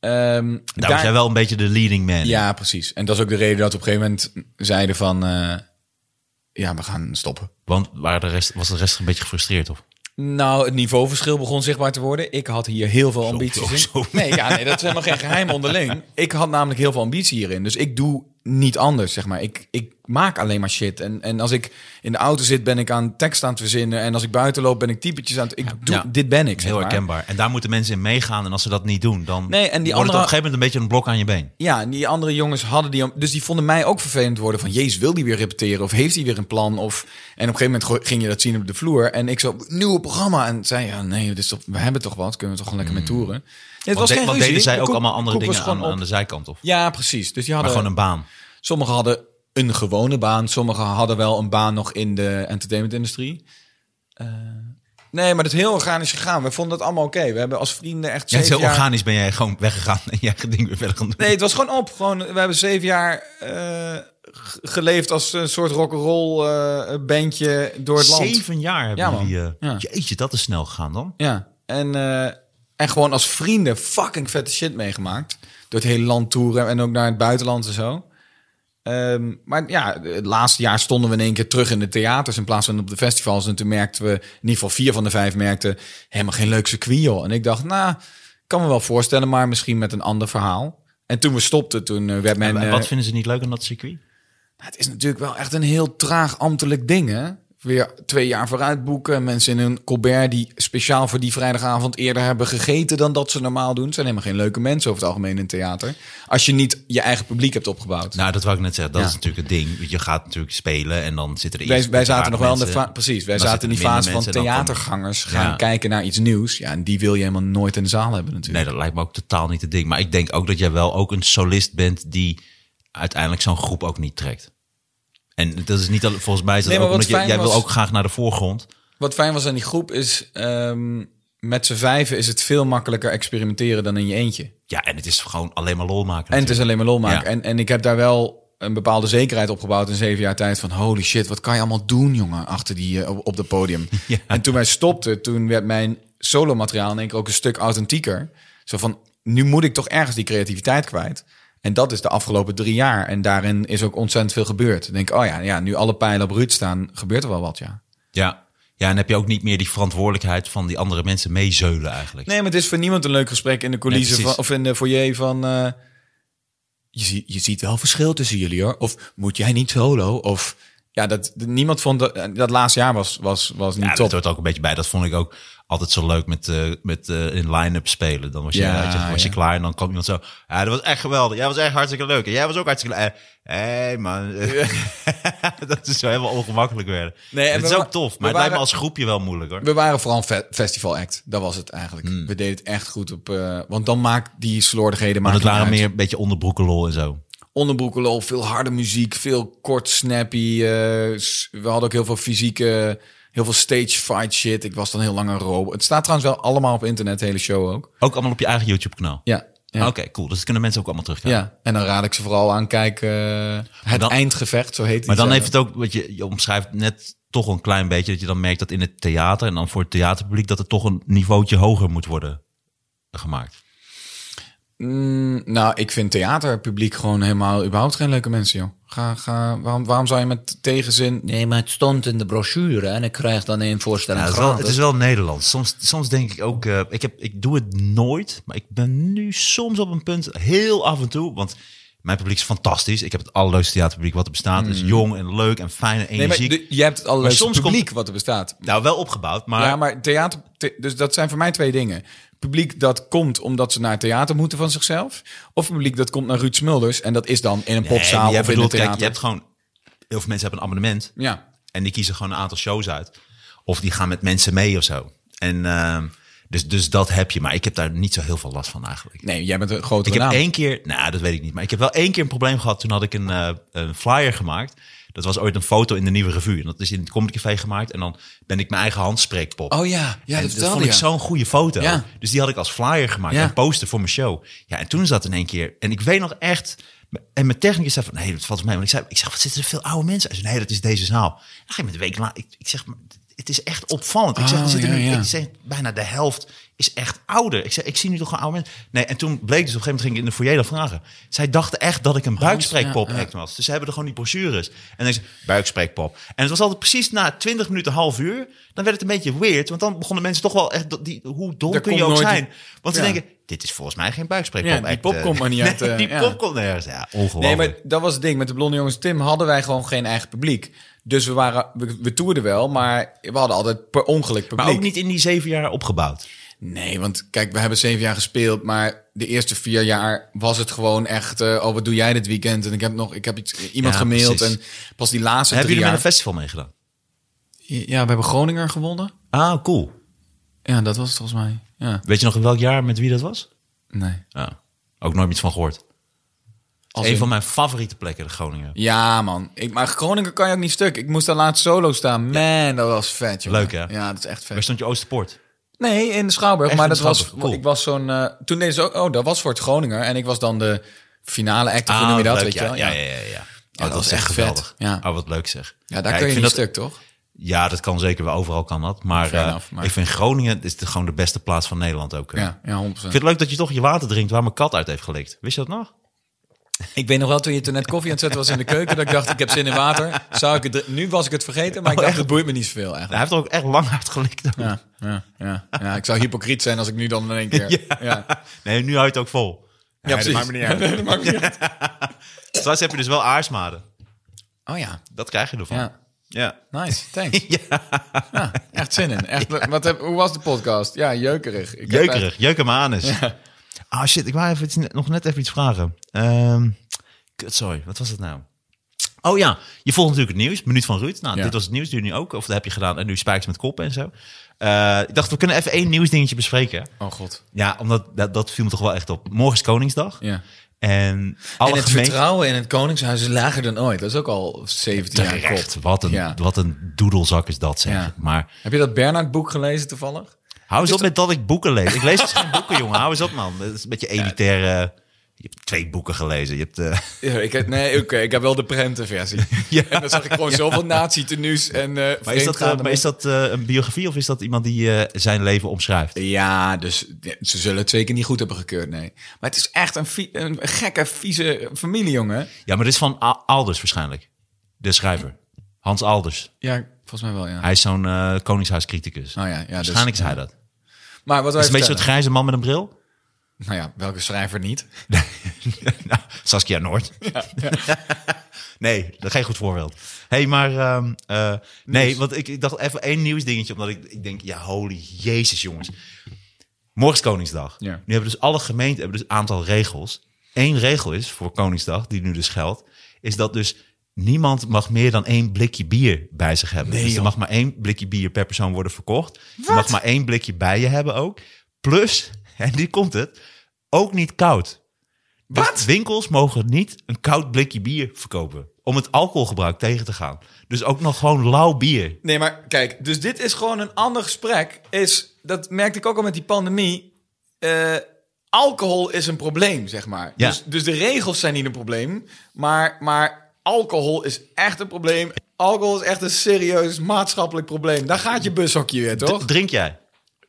[SPEAKER 3] Ehm,
[SPEAKER 2] daar was jij wel een beetje de leading man.
[SPEAKER 3] Ja, precies. En dat is ook de reden dat we op een gegeven moment zeiden van... eh, ja, we gaan stoppen.
[SPEAKER 2] Want waar de rest, was de rest een beetje gefrustreerd, of?
[SPEAKER 3] Nou, het niveauverschil begon zichtbaar te worden. Ik had hier heel veel ambities
[SPEAKER 2] zo,
[SPEAKER 3] in.
[SPEAKER 2] zo.
[SPEAKER 3] Nee, ja, nee, dat is helemaal geen geheim onderling. Ik had namelijk heel veel ambitie hierin. Dus ik doe niet anders, zeg maar. Ik, ik maak alleen maar shit. En, en als ik in de auto zit, ben ik aan tekst aan het verzinnen. En als ik buiten loop, ben ik typetjes aan het... Ik doe,
[SPEAKER 2] Ja.
[SPEAKER 3] Dit ben ik, zeg
[SPEAKER 2] Heel
[SPEAKER 3] maar.
[SPEAKER 2] herkenbaar. En daar moeten mensen in meegaan. En als ze dat niet doen, dan
[SPEAKER 3] Nee, en die
[SPEAKER 2] wordt het
[SPEAKER 3] andere-
[SPEAKER 2] op een gegeven moment een beetje een blok aan je been.
[SPEAKER 3] Ja, en die andere jongens hadden die... am- Dus die vonden mij ook vervelend worden van... Jezus, wil die weer repeteren? Of heeft hij weer een plan? Of, en op een gegeven moment go- ging je dat zien op de vloer. En ik zo, nieuwe programma. En zei, ja, nee, dit is toch, we hebben toch wat. Kunnen we toch gewoon lekker mee toeren? Nee, het
[SPEAKER 2] Hmm. Want,
[SPEAKER 3] was
[SPEAKER 2] de-
[SPEAKER 3] geen
[SPEAKER 2] want
[SPEAKER 3] ruzie.
[SPEAKER 2] deden zij
[SPEAKER 3] De
[SPEAKER 2] ook
[SPEAKER 3] koek-
[SPEAKER 2] allemaal andere
[SPEAKER 3] de koek was
[SPEAKER 2] dingen aan,
[SPEAKER 3] gewoon op.
[SPEAKER 2] aan de zijkant, of?
[SPEAKER 3] Ja, precies. Dus die
[SPEAKER 2] Maar
[SPEAKER 3] hadden,
[SPEAKER 2] gewoon een baan.
[SPEAKER 3] sommigen hadden een gewone baan. Sommigen hadden wel een baan nog in de entertainmentindustrie. Eh, nee, maar dat is heel organisch gegaan. We vonden dat allemaal oké. We hebben als vrienden echt
[SPEAKER 2] Ja,
[SPEAKER 3] zeven
[SPEAKER 2] zo
[SPEAKER 3] jaar...
[SPEAKER 2] organisch ben jij gewoon weggegaan en jij ding weer verder gaan doen.
[SPEAKER 3] Nee, het was gewoon op. Gewoon, we hebben zeven jaar eh, g- geleefd als een soort rock'n'roll eh bandje door het land.
[SPEAKER 2] Zeven jaar hebben
[SPEAKER 3] Ja, man.
[SPEAKER 2] jullie... eh,
[SPEAKER 3] Ja.
[SPEAKER 2] Jeetje, dat is snel gegaan dan.
[SPEAKER 3] Ja, en eh, En gewoon als vrienden fucking vette shit meegemaakt. Door het hele land toeren en ook naar het buitenland en zo. Ehm, maar ja, het laatste jaar stonden we in één keer terug in de theaters in plaats van op de festivals. En toen merkten we, in ieder geval vier van de vijf merkten, helemaal geen leuk circuit joh. En ik dacht, nou, kan me wel voorstellen, maar misschien met een ander verhaal. En toen we stopten, toen eh, werd men...
[SPEAKER 2] en,
[SPEAKER 3] eh,
[SPEAKER 2] wat vinden ze niet leuk aan dat circuit?
[SPEAKER 3] maar Het is natuurlijk wel echt een heel traag ambtelijk ding, hè? Weer twee jaar vooruit boeken. Mensen in hun Colbert die speciaal voor die vrijdagavond eerder hebben gegeten dan dat ze normaal doen. Het zijn helemaal geen leuke mensen over het algemeen in het theater. Als je niet je eigen publiek hebt opgebouwd.
[SPEAKER 2] Nou, dat wou ik net zeggen. Dat
[SPEAKER 3] Ja.
[SPEAKER 2] is natuurlijk het ding. Want Je gaat natuurlijk spelen en dan zitten er
[SPEAKER 3] wij,
[SPEAKER 2] eerst
[SPEAKER 3] wij
[SPEAKER 2] een paar
[SPEAKER 3] zaten nog wel in de
[SPEAKER 2] mensen.
[SPEAKER 3] fase. Precies, wij
[SPEAKER 2] Dan
[SPEAKER 3] zaten in die
[SPEAKER 2] zitten er
[SPEAKER 3] fase van
[SPEAKER 2] minder mensen en dan komen-
[SPEAKER 3] theatergangers gaan
[SPEAKER 2] Ja.
[SPEAKER 3] kijken naar iets nieuws. Ja, en die wil je helemaal nooit in de zaal hebben natuurlijk.
[SPEAKER 2] Nee, dat lijkt me ook totaal niet het ding. Maar ik denk ook dat jij wel ook een solist bent die uiteindelijk zo'n groep ook niet trekt. En dat is niet al, volgens mij is dat
[SPEAKER 3] Nee, maar
[SPEAKER 2] ook
[SPEAKER 3] wat
[SPEAKER 2] omdat je-
[SPEAKER 3] fijn
[SPEAKER 2] jij wil
[SPEAKER 3] was-
[SPEAKER 2] ook graag naar de voorgrond.
[SPEAKER 3] Wat fijn was aan die groep is, ehm, met z'n vijven is het veel makkelijker experimenteren dan in je eentje.
[SPEAKER 2] Ja, en het is gewoon alleen maar lol maken.
[SPEAKER 3] En het is alleen maar lol maken.
[SPEAKER 2] Ja.
[SPEAKER 3] En, en ik heb daar wel een bepaalde zekerheid opgebouwd in zeven jaar tijd. Van holy shit, wat kan je allemaal doen, jongen, achter die, eh, op, op dat podium.
[SPEAKER 2] Ja.
[SPEAKER 3] En toen wij stopten, toen werd mijn solomateriaal in één keer ook een stuk authentieker. Zo van, nu moet ik toch ergens die creativiteit kwijt. En dat is de afgelopen drie jaar. En daarin is ook ontzettend veel gebeurd. Ik denk, oh ja, ja, nu alle pijlen op Ruud staan, gebeurt er wel wat, ja.
[SPEAKER 2] Ja. ja, en heb je ook niet meer die verantwoordelijkheid van die andere mensen meezeulen eigenlijk.
[SPEAKER 3] Nee, maar het is voor niemand een leuk gesprek in de coulissen
[SPEAKER 2] Nee,
[SPEAKER 3] van,
[SPEAKER 2] precies.
[SPEAKER 3] of in de foyer van... eh, je, zie- je ziet wel verschil tussen jullie hoor. Of moet jij niet solo? Of ja, dat niemand vond dat, eh, dat laatste jaar was, was, was niet
[SPEAKER 2] Ja,
[SPEAKER 3] top.
[SPEAKER 2] dat hoort ook een beetje bij. Dat vond ik ook altijd zo leuk met, eh, met eh, in line-up spelen. Dan was je,
[SPEAKER 3] Ja,
[SPEAKER 2] had je- was je
[SPEAKER 3] ja.
[SPEAKER 2] klaar en dan kwam iemand zo. Ja, dat was echt geweldig. Jij was echt hartstikke leuk. En jij was ook hartstikke leuk. Hé, hey, man. dat is zo helemaal ongemakkelijk werden.
[SPEAKER 3] Nee, en
[SPEAKER 2] het
[SPEAKER 3] we
[SPEAKER 2] is
[SPEAKER 3] wa-
[SPEAKER 2] ook tof.
[SPEAKER 3] we
[SPEAKER 2] Maar het lijkt me
[SPEAKER 3] waren-
[SPEAKER 2] als groepje wel moeilijk hoor.
[SPEAKER 3] We waren vooral een fe- festival act. Dat was het eigenlijk.
[SPEAKER 2] Hmm.
[SPEAKER 3] We deden het echt goed op. eh, want dan maakt die slordigheden.
[SPEAKER 2] Want
[SPEAKER 3] maken
[SPEAKER 2] het waren
[SPEAKER 3] niet uit.
[SPEAKER 2] meer een beetje onderbroeken lol en zo.
[SPEAKER 3] onderbroekenlol, veel harde muziek, veel kort snappy. eh, s- we hadden ook heel veel fysieke, heel veel stage fight shit. Ik was dan heel lang een robot. Het staat trouwens wel allemaal op internet, de hele show ook.
[SPEAKER 2] Ook allemaal op je eigen YouTube kanaal.
[SPEAKER 3] Ja. ja.
[SPEAKER 2] Oké, cool. Dus dat kunnen mensen ook allemaal terugkijken.
[SPEAKER 3] Ja, en dan raad ik ze vooral aan kijken. eh, het
[SPEAKER 2] dan-
[SPEAKER 3] eindgevecht, zo heet het.
[SPEAKER 2] Maar dan heeft het ook, wat je, je omschrijft net toch een klein beetje, dat je dan merkt dat in het theater en dan voor het theaterpubliek, dat het toch een niveautje hoger moet worden gemaakt.
[SPEAKER 3] nou, ik vind theaterpubliek gewoon helemaal überhaupt geen leuke mensen, joh. Ga, ga, waarom, waarom zou je met tegenzin...
[SPEAKER 6] Nee, maar het stond in de brochure en ik krijg dan één voorstelling
[SPEAKER 2] Ja, het, is wel,
[SPEAKER 6] gratis.
[SPEAKER 2] het is wel Nederlands. Soms, soms denk ik ook, eh, ik, heb, ik doe het nooit, maar ik ben nu soms op een punt, heel af en toe, want mijn publiek is fantastisch. Ik heb het allerleukste theaterpubliek wat er bestaat. Het is jong en leuk en fijne
[SPEAKER 3] Mm. Nee, maar
[SPEAKER 2] energie.
[SPEAKER 3] de- je hebt het allerleukste
[SPEAKER 2] Maar soms
[SPEAKER 3] publiek wat er bestaat.
[SPEAKER 2] Nou, wel opgebouwd, maar,
[SPEAKER 3] ja, maar theater... the- dus dat zijn voor mij twee dingen. Publiek dat komt omdat ze naar theater moeten van zichzelf. Of publiek dat komt naar Ruud Smulders. En dat is dan in een
[SPEAKER 2] Nee,
[SPEAKER 3] popzaal
[SPEAKER 2] maar jij
[SPEAKER 3] of in een
[SPEAKER 2] bedoelt, kijk,
[SPEAKER 3] theater.
[SPEAKER 2] je hebt gewoon, heel veel mensen hebben een abonnement.
[SPEAKER 3] Ja,
[SPEAKER 2] En die kiezen gewoon een aantal shows uit. Of die gaan met mensen mee of zo. En ehm, dus, dus dat heb je. Maar ik heb daar niet zo heel veel last van eigenlijk.
[SPEAKER 3] nee, jij bent een grote
[SPEAKER 2] Ik heb
[SPEAKER 3] naam.
[SPEAKER 2] één keer, nou dat weet ik niet, maar ik heb wel één keer een probleem gehad. Toen had ik een, eh, een flyer gemaakt. Dat was ooit een foto in de nieuwe revue. En dat is in het Comedy Café gemaakt. En dan ben ik mijn eigen handspreekpop.
[SPEAKER 3] Oh ja, ja
[SPEAKER 2] En
[SPEAKER 3] dat,
[SPEAKER 2] dat
[SPEAKER 3] vertelde
[SPEAKER 2] vond
[SPEAKER 3] je.
[SPEAKER 2] ik zo'n goede foto.
[SPEAKER 3] Ja.
[SPEAKER 2] Dus die had ik als flyer gemaakt.
[SPEAKER 3] Ja.
[SPEAKER 2] En poster voor mijn show. Ja, en toen zat in één keer. En ik weet nog echt. En mijn technicus zei van, nee, dat valt mee. Want ik zei, ik zeg, wat zitten er veel oude mensen? Hij zei, nee, dat is deze zaal. En op een gegeven moment, een week later, ik, ik zeg, maar het is echt opvallend. Ik zeg,
[SPEAKER 3] Oh,
[SPEAKER 2] er zitten
[SPEAKER 3] ja,
[SPEAKER 2] nu,
[SPEAKER 3] ja.
[SPEAKER 2] ik zeg, bijna de helft is echt ouder. Ik zeg, ik zie nu toch gewoon oude mensen. Nee, en toen bleek dus, op een gegeven moment ging ik in de foyer dat vragen. Zij dachten echt dat ik
[SPEAKER 3] Oh,
[SPEAKER 2] een buikspreekpop act was. Dus ze hebben er gewoon die brochures. En dan is buikspreekpop. En het was altijd precies na 20 minuten, half uur, dan werd het een beetje weird. Want dan begonnen mensen toch wel echt, dat- die, hoe dom
[SPEAKER 3] Daar
[SPEAKER 2] kun je
[SPEAKER 3] komt
[SPEAKER 2] ook
[SPEAKER 3] nooit
[SPEAKER 2] zijn?
[SPEAKER 3] die-
[SPEAKER 2] Want
[SPEAKER 3] Ja.
[SPEAKER 2] ze denken, dit is volgens mij geen buikspreekpop
[SPEAKER 3] Ja, die
[SPEAKER 2] act,
[SPEAKER 3] pop
[SPEAKER 2] eh.
[SPEAKER 3] komt maar niet uit,
[SPEAKER 2] Nee,
[SPEAKER 3] eh,
[SPEAKER 2] die
[SPEAKER 3] ja.
[SPEAKER 2] pop komt nergens. Ja, ongelooflijk.
[SPEAKER 3] Nee, maar dat was het ding. Met de Blonde Jongens Tim hadden wij gewoon geen eigen publiek. Dus we, waren, we, we toerden wel, maar we hadden altijd per ongeluk publiek.
[SPEAKER 2] maar ook niet in die zeven jaar opgebouwd.
[SPEAKER 3] Nee, want kijk, we hebben zeven jaar gespeeld, maar de eerste vier jaar was het gewoon echt... eh, oh, wat doe jij dit weekend? En ik heb nog ik heb iets, eh, iemand
[SPEAKER 2] Ja,
[SPEAKER 3] gemaild
[SPEAKER 2] precies.
[SPEAKER 3] en pas die laatste
[SPEAKER 2] Hebben
[SPEAKER 3] drie
[SPEAKER 2] jullie met
[SPEAKER 3] jaar...
[SPEAKER 2] een festival meegedaan?
[SPEAKER 3] Ja, we hebben Groninger gewonnen.
[SPEAKER 2] Ah, cool.
[SPEAKER 3] Ja, dat was het volgens mij. Ja,
[SPEAKER 2] Weet je nog in welk jaar met wie dat was?
[SPEAKER 3] nee.
[SPEAKER 2] Ja, ook nooit iets van gehoord.
[SPEAKER 3] Als
[SPEAKER 2] een
[SPEAKER 3] in-
[SPEAKER 2] van mijn favoriete plekken, de Groningen.
[SPEAKER 3] Ja, man. Ik, maar Groninger kan je ook niet stuk. Ik moest daar laatst solo staan. Man, dat was vet, jongen.
[SPEAKER 2] Leuk, hè?
[SPEAKER 3] Ja, dat is echt vet.
[SPEAKER 2] Waar stond je Oosterpoort?
[SPEAKER 3] Nee, in de Schouwburg.
[SPEAKER 2] Echt
[SPEAKER 3] maar
[SPEAKER 2] in
[SPEAKER 3] dat
[SPEAKER 2] de
[SPEAKER 3] was,
[SPEAKER 2] Schouwburg, cool.
[SPEAKER 3] ik was zo'n. eh, toen deden ze ook. Oh, dat was voor het Groninger. En ik was dan de finale act. Of hoe noem je dat?
[SPEAKER 2] Ah, leuk,
[SPEAKER 3] weet je
[SPEAKER 2] ja,
[SPEAKER 3] wel?
[SPEAKER 2] ja, ja, ja. ja. Oh, dat,
[SPEAKER 3] was
[SPEAKER 2] was
[SPEAKER 3] echt
[SPEAKER 2] echt
[SPEAKER 3] vet.
[SPEAKER 2] geweldig.
[SPEAKER 3] Ja.
[SPEAKER 2] Oh, wat leuk zeg.
[SPEAKER 3] Ja, daar
[SPEAKER 2] ik
[SPEAKER 3] kun je
[SPEAKER 2] vind
[SPEAKER 3] niet
[SPEAKER 2] dat-
[SPEAKER 3] stuk, toch?
[SPEAKER 2] Ja, dat kan zeker. wel. Overal kan dat. Maar,
[SPEAKER 3] Fair
[SPEAKER 2] eh,
[SPEAKER 3] enough, maar-
[SPEAKER 2] ik vind Groningen is de, gewoon de beste plaats van Nederland ook. eh.
[SPEAKER 3] Ja, ja 100%.
[SPEAKER 2] Ik vind het leuk dat je toch je water drinkt waar mijn kat uit heeft gelikt. Wist je dat nog?
[SPEAKER 3] Ik weet nog wel, toen je toen net koffie aan het zetten was in de keuken, dat ik dacht, ik heb zin in water. Zou ik het, dr- nu was ik het vergeten, maar ik
[SPEAKER 2] Oh,
[SPEAKER 3] dacht, het boeit me niet zoveel
[SPEAKER 2] Hij
[SPEAKER 3] eigenlijk.
[SPEAKER 2] heeft er ook echt lang uit gelikt. ook.
[SPEAKER 3] Ja, ja, ja, ja. Ik zou hypocriet zijn als ik nu dan in één keer... Ja, ja.
[SPEAKER 2] Nee, nu houdt het ook vol.
[SPEAKER 4] Nee,
[SPEAKER 3] precies.
[SPEAKER 4] Dat maakt me niet uit.
[SPEAKER 3] Dat maakt me niet uit.
[SPEAKER 2] Straks heb je dus wel aarsmaden.
[SPEAKER 3] Oh ja,
[SPEAKER 2] Dat krijg je ervan.
[SPEAKER 3] Ja.
[SPEAKER 2] ja.
[SPEAKER 3] nice, thanks. Ja, echt zin in. Echt, wat heb, hoe was de podcast? Ja, jeukerig. Ik heb echt-
[SPEAKER 2] Jeukerig, jeuk hem aan eens. Ah shit, ik wou even, iets- nog net even iets vragen. Ehm kut, sorry, wat was dat nou? Oh ja, je volgt natuurlijk het nieuws, minuut van Ruud. Nou,
[SPEAKER 3] Ja.
[SPEAKER 2] dit was het nieuws, doe je nu ook. Of dat heb je gedaan en nu spijkers met koppen en zo. Eh, ik dacht, we kunnen even één nieuwsdingetje bespreken.
[SPEAKER 3] Oh god,
[SPEAKER 2] Ja, omdat dat, dat viel me toch wel echt op. Morgen is Koningsdag.
[SPEAKER 3] ja.
[SPEAKER 2] En alle
[SPEAKER 3] En het
[SPEAKER 2] gemeenten-
[SPEAKER 3] vertrouwen in het koningshuis is lager dan ooit. Dat is ook al 17 jaar
[SPEAKER 2] Terecht,
[SPEAKER 3] kop.
[SPEAKER 2] wat een,
[SPEAKER 3] Ja.
[SPEAKER 2] wat een doedelzak is dat, zeg.
[SPEAKER 3] Ja.
[SPEAKER 2] Maar
[SPEAKER 3] Heb je dat Bernhard-boek gelezen toevallig?
[SPEAKER 2] Hou eens op met dat ik boeken lees. Ik lees dus geen boeken, jongen. Hou eens op, man. Dat is een beetje elitair. eh, je hebt twee boeken gelezen. Je hebt, eh,
[SPEAKER 3] Ja, ik heb, nee, oké, ik heb wel de prentenversie.
[SPEAKER 2] Ja.
[SPEAKER 3] En dan zag ik gewoon zoveel nazi-tenues en eh
[SPEAKER 2] maar is dat, eh, maar is dat eh, een biografie of is dat iemand die eh, zijn leven omschrijft?
[SPEAKER 3] Ja, dus ja, ze zullen het zeker niet goed hebben gekeurd, nee. Maar het is echt een, vie- een gekke, vieze familie, jongen.
[SPEAKER 2] Ja, maar dit is van A- Alders waarschijnlijk. De schrijver. Hans Alders.
[SPEAKER 3] Ja, volgens mij wel, ja.
[SPEAKER 2] Hij is zo'n eh, koningshuiscriticus.
[SPEAKER 3] Oh ja, ja, dus-
[SPEAKER 2] waarschijnlijk is hij dat. Het
[SPEAKER 3] maar wat wij
[SPEAKER 2] is een beetje
[SPEAKER 3] vertellen-
[SPEAKER 2] zo'n grijze man met een bril.
[SPEAKER 3] Nou ja, welke schrijver niet?
[SPEAKER 2] nou, Saskia Noord. nee, dat is geen goed voorbeeld. hey, maar ehm, eh, nee, want ik, ik dacht even één nieuwsdingetje, omdat ik, ik denk, ja, holy jezus jongens. Morgen is Koningsdag.
[SPEAKER 3] Ja.
[SPEAKER 2] Nu hebben dus alle gemeenten hebben dus een aantal regels. Eén regel is voor Koningsdag, die nu dus geldt, is dat dus niemand mag meer dan één blikje bier bij zich hebben. dus er mag maar één blikje bier per persoon worden verkocht. Je mag maar één blikje bij je hebben ook. Plus, en die komt het, ook niet koud. Dus winkels mogen niet een koud blikje bier verkopen. Om het alcoholgebruik tegen te gaan. Dus ook nog gewoon lauw bier.
[SPEAKER 3] Nee, maar kijk, dus dit is gewoon een ander gesprek. Is, dat merkte ik ook al met die pandemie. Eh, alcohol is een probleem, zeg maar.
[SPEAKER 2] Ja.
[SPEAKER 3] Dus, dus de regels zijn niet een probleem. Maar, maar alcohol is echt een probleem. Alcohol is echt een serieus maatschappelijk probleem. Daar gaat je bushokje weer,
[SPEAKER 2] D-
[SPEAKER 3] toch?
[SPEAKER 2] drink jij?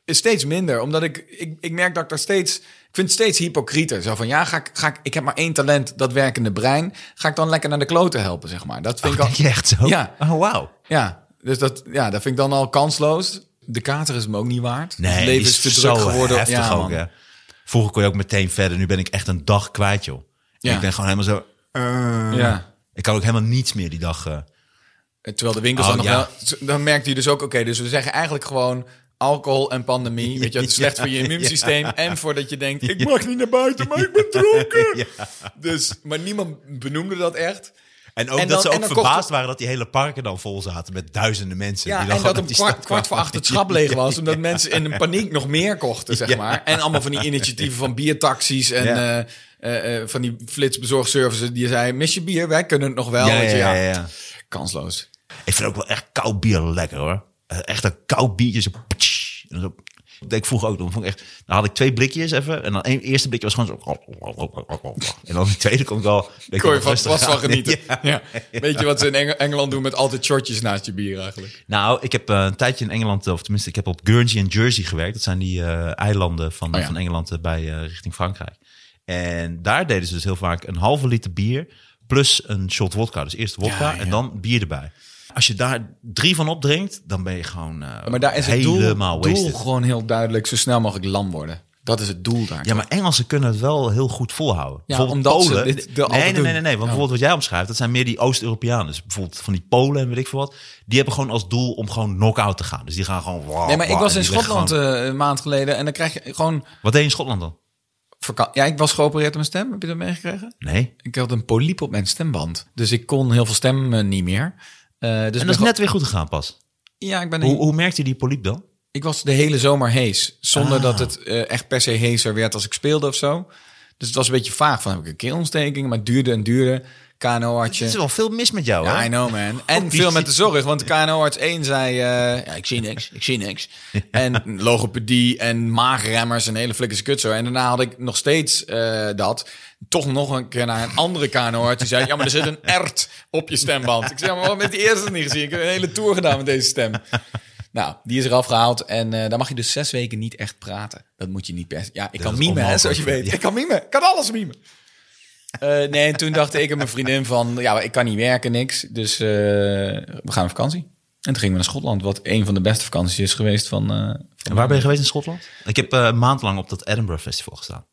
[SPEAKER 3] is steeds minder. Omdat ik, ik, ik merk dat ik daar steeds... Ik vind het steeds hypocrieter. Zo van, ja, ga ik, ga ik, ik heb maar één talent, dat werkende brein. Ga ik dan lekker naar de kloten helpen, zeg maar. Dat vind ik al...
[SPEAKER 2] Denk je echt zo?
[SPEAKER 3] Ja.
[SPEAKER 2] Oh, wauw.
[SPEAKER 3] Ja, dus dat, ja, dat vind ik dan al kansloos. De kater is me ook niet waard.
[SPEAKER 2] Nee,
[SPEAKER 3] het
[SPEAKER 2] die
[SPEAKER 3] leven is, te druk
[SPEAKER 2] zo
[SPEAKER 3] geworden.
[SPEAKER 2] heftig
[SPEAKER 3] ja,
[SPEAKER 2] ook,
[SPEAKER 3] man.
[SPEAKER 2] hè. Vroeger kon je ook meteen verder. Nu ben ik echt een dag kwijt, joh.
[SPEAKER 3] Ja.
[SPEAKER 2] Ik ben gewoon helemaal zo...
[SPEAKER 3] Ja.
[SPEAKER 2] Ik kan ook helemaal niets meer die dag... eh.
[SPEAKER 3] En Terwijl de winkels
[SPEAKER 2] Oh,
[SPEAKER 3] dan
[SPEAKER 2] ja.
[SPEAKER 3] nog wel... Dan merkt hij dus ook, oké, dus we zeggen eigenlijk gewoon... Alcohol en pandemie, weet je, het is slecht voor je immuunsysteem. En voordat je denkt, ik mag niet naar buiten, maar ik ben dronken. Dus, maar niemand benoemde dat echt.
[SPEAKER 2] En ook dat
[SPEAKER 3] En dan-
[SPEAKER 2] ze
[SPEAKER 3] en
[SPEAKER 2] ook
[SPEAKER 3] dan
[SPEAKER 2] verbaasd
[SPEAKER 3] kocht-
[SPEAKER 2] waren dat die hele parken dan vol zaten met duizenden mensen.
[SPEAKER 3] Ja,
[SPEAKER 2] die
[SPEAKER 3] en
[SPEAKER 2] dan gewoon
[SPEAKER 3] dat
[SPEAKER 2] op
[SPEAKER 3] om
[SPEAKER 2] die
[SPEAKER 3] kwart,
[SPEAKER 2] stad
[SPEAKER 3] kwart voor
[SPEAKER 2] kwamen.
[SPEAKER 3] acht het schap leeg was. Omdat mensen in een paniek nog meer kochten, zeg
[SPEAKER 2] Ja.
[SPEAKER 3] maar. En allemaal van die initiatieven van biertaxis en
[SPEAKER 2] Ja.
[SPEAKER 3] eh, eh, eh, van die flitsbezorgservices. Die zeiden, mis je bier? Wij kunnen het nog wel.
[SPEAKER 2] Ja,
[SPEAKER 3] weet je,
[SPEAKER 2] ja, ja, ja.
[SPEAKER 3] Kansloos.
[SPEAKER 2] Ik vind ook wel echt koud bier lekker hoor. Eh, Echt een koud biertje. Zo, ptsch, en zo. Dat deed ik vroeger ook. Dan, vond ik echt, dan had ik twee blikjes even. En dan één eerste blikje was gewoon zo. En dan die tweede komt wel. Ik
[SPEAKER 3] Kon je van, was van genieten. Ja. Weet je wat ze in Eng- Engeland doen met altijd shortjes naast je bier eigenlijk?
[SPEAKER 2] Nou, ik heb eh, een tijdje in Engeland, of tenminste, ik heb op Guernsey en Jersey gewerkt. Dat zijn die eh, eilanden van,
[SPEAKER 3] Oh ja.
[SPEAKER 2] van Engeland eh, bij eh, richting Frankrijk. En daar deden ze dus heel vaak een halve liter bier plus een shot wodka. Dus eerst wodka en dan bier erbij. Als je daar drie van opdrinkt, dan ben je gewoon eh,
[SPEAKER 3] Maar daar is het doel,
[SPEAKER 2] helemaal
[SPEAKER 3] doel
[SPEAKER 2] wasted.
[SPEAKER 3] gewoon heel duidelijk. Zo snel mogelijk lam worden. Dat is het doel daar.
[SPEAKER 2] Ja, maar Engelsen kunnen het wel heel goed volhouden. bijvoorbeeld
[SPEAKER 3] omdat ze
[SPEAKER 2] Polen.
[SPEAKER 3] dit de- Oh. altijd
[SPEAKER 2] nee, nee, nee, nee, nee.
[SPEAKER 3] doen.
[SPEAKER 2] Want bijvoorbeeld wat jij omschrijft, dat zijn meer die Oost-Europeanen. Dus bijvoorbeeld van die Polen en weet ik veel wat. Die hebben gewoon als doel om gewoon knock-out te gaan. Dus die gaan gewoon... wauw,
[SPEAKER 3] Nee, maar ik
[SPEAKER 2] wauw,
[SPEAKER 3] was
[SPEAKER 2] en
[SPEAKER 3] in
[SPEAKER 2] die leggen
[SPEAKER 3] Schotland
[SPEAKER 2] gewoon-
[SPEAKER 3] eh, een maand geleden en dan krijg je gewoon...
[SPEAKER 2] Wat deed je in Schotland dan?
[SPEAKER 3] vaka- Ja, ik was geopereerd aan mijn stem. Heb je dat meegekregen?
[SPEAKER 2] Nee.
[SPEAKER 3] Ik had een poliep op mijn stemband. Dus ik kon heel veel stem eh, niet meer. Eh, dus
[SPEAKER 2] En
[SPEAKER 3] ik
[SPEAKER 2] dat
[SPEAKER 3] ben
[SPEAKER 2] is net weer goed gegaan pas.
[SPEAKER 3] gewoon- Ja, ik, ben
[SPEAKER 2] Hoe, hoe merkte je die poliep dan?
[SPEAKER 3] ik was de hele zomer hees. Zonder
[SPEAKER 2] Ah.
[SPEAKER 3] dat het eh, echt per se heeser werd als ik speelde of zo. Dus het was een beetje vaag. Van heb ik een keelontsteking? Maar het duurde en duurde.
[SPEAKER 2] Er is
[SPEAKER 3] KNO-artje.
[SPEAKER 2] wel veel mis met jou,
[SPEAKER 3] Ja,
[SPEAKER 2] hè?
[SPEAKER 3] I know, man. En veel met de zorg, want KNO-arts 1 zei... eh, ja, ik zie niks, ik zie niks. En logopedie en maagremmers en hele flikkers kut zo. En daarna had ik nog steeds eh, dat. Toch nog een keer naar een andere KNO-arts. Die zei, ja, maar er zit een ert op je stemband. Ik zei, ja, maar waarom heb je die eerste niet gezien? Ik heb een hele tour gedaan met deze stem. Nou, die is eraf gehaald. En eh dan mag je dus zes weken niet echt praten. Dat moet je niet per Ja, ik kan
[SPEAKER 2] is
[SPEAKER 3] mimen, hè,
[SPEAKER 2] onmogelijk.
[SPEAKER 3] zoals je weet.
[SPEAKER 2] Ja.
[SPEAKER 3] Ik kan mimen. Ik kan alles mimen. Eh, nee, en toen dacht ik en mijn vriendin van... Ja, maar ik kan niet werken, niks. Dus eh, we gaan op vakantie. En toen gingen we naar Schotland. Wat een van de beste vakanties is geweest van... eh, van
[SPEAKER 2] En waar ben je geweest in Schotland? Ik heb eh, een maand lang op dat Edinburgh Festival gestaan.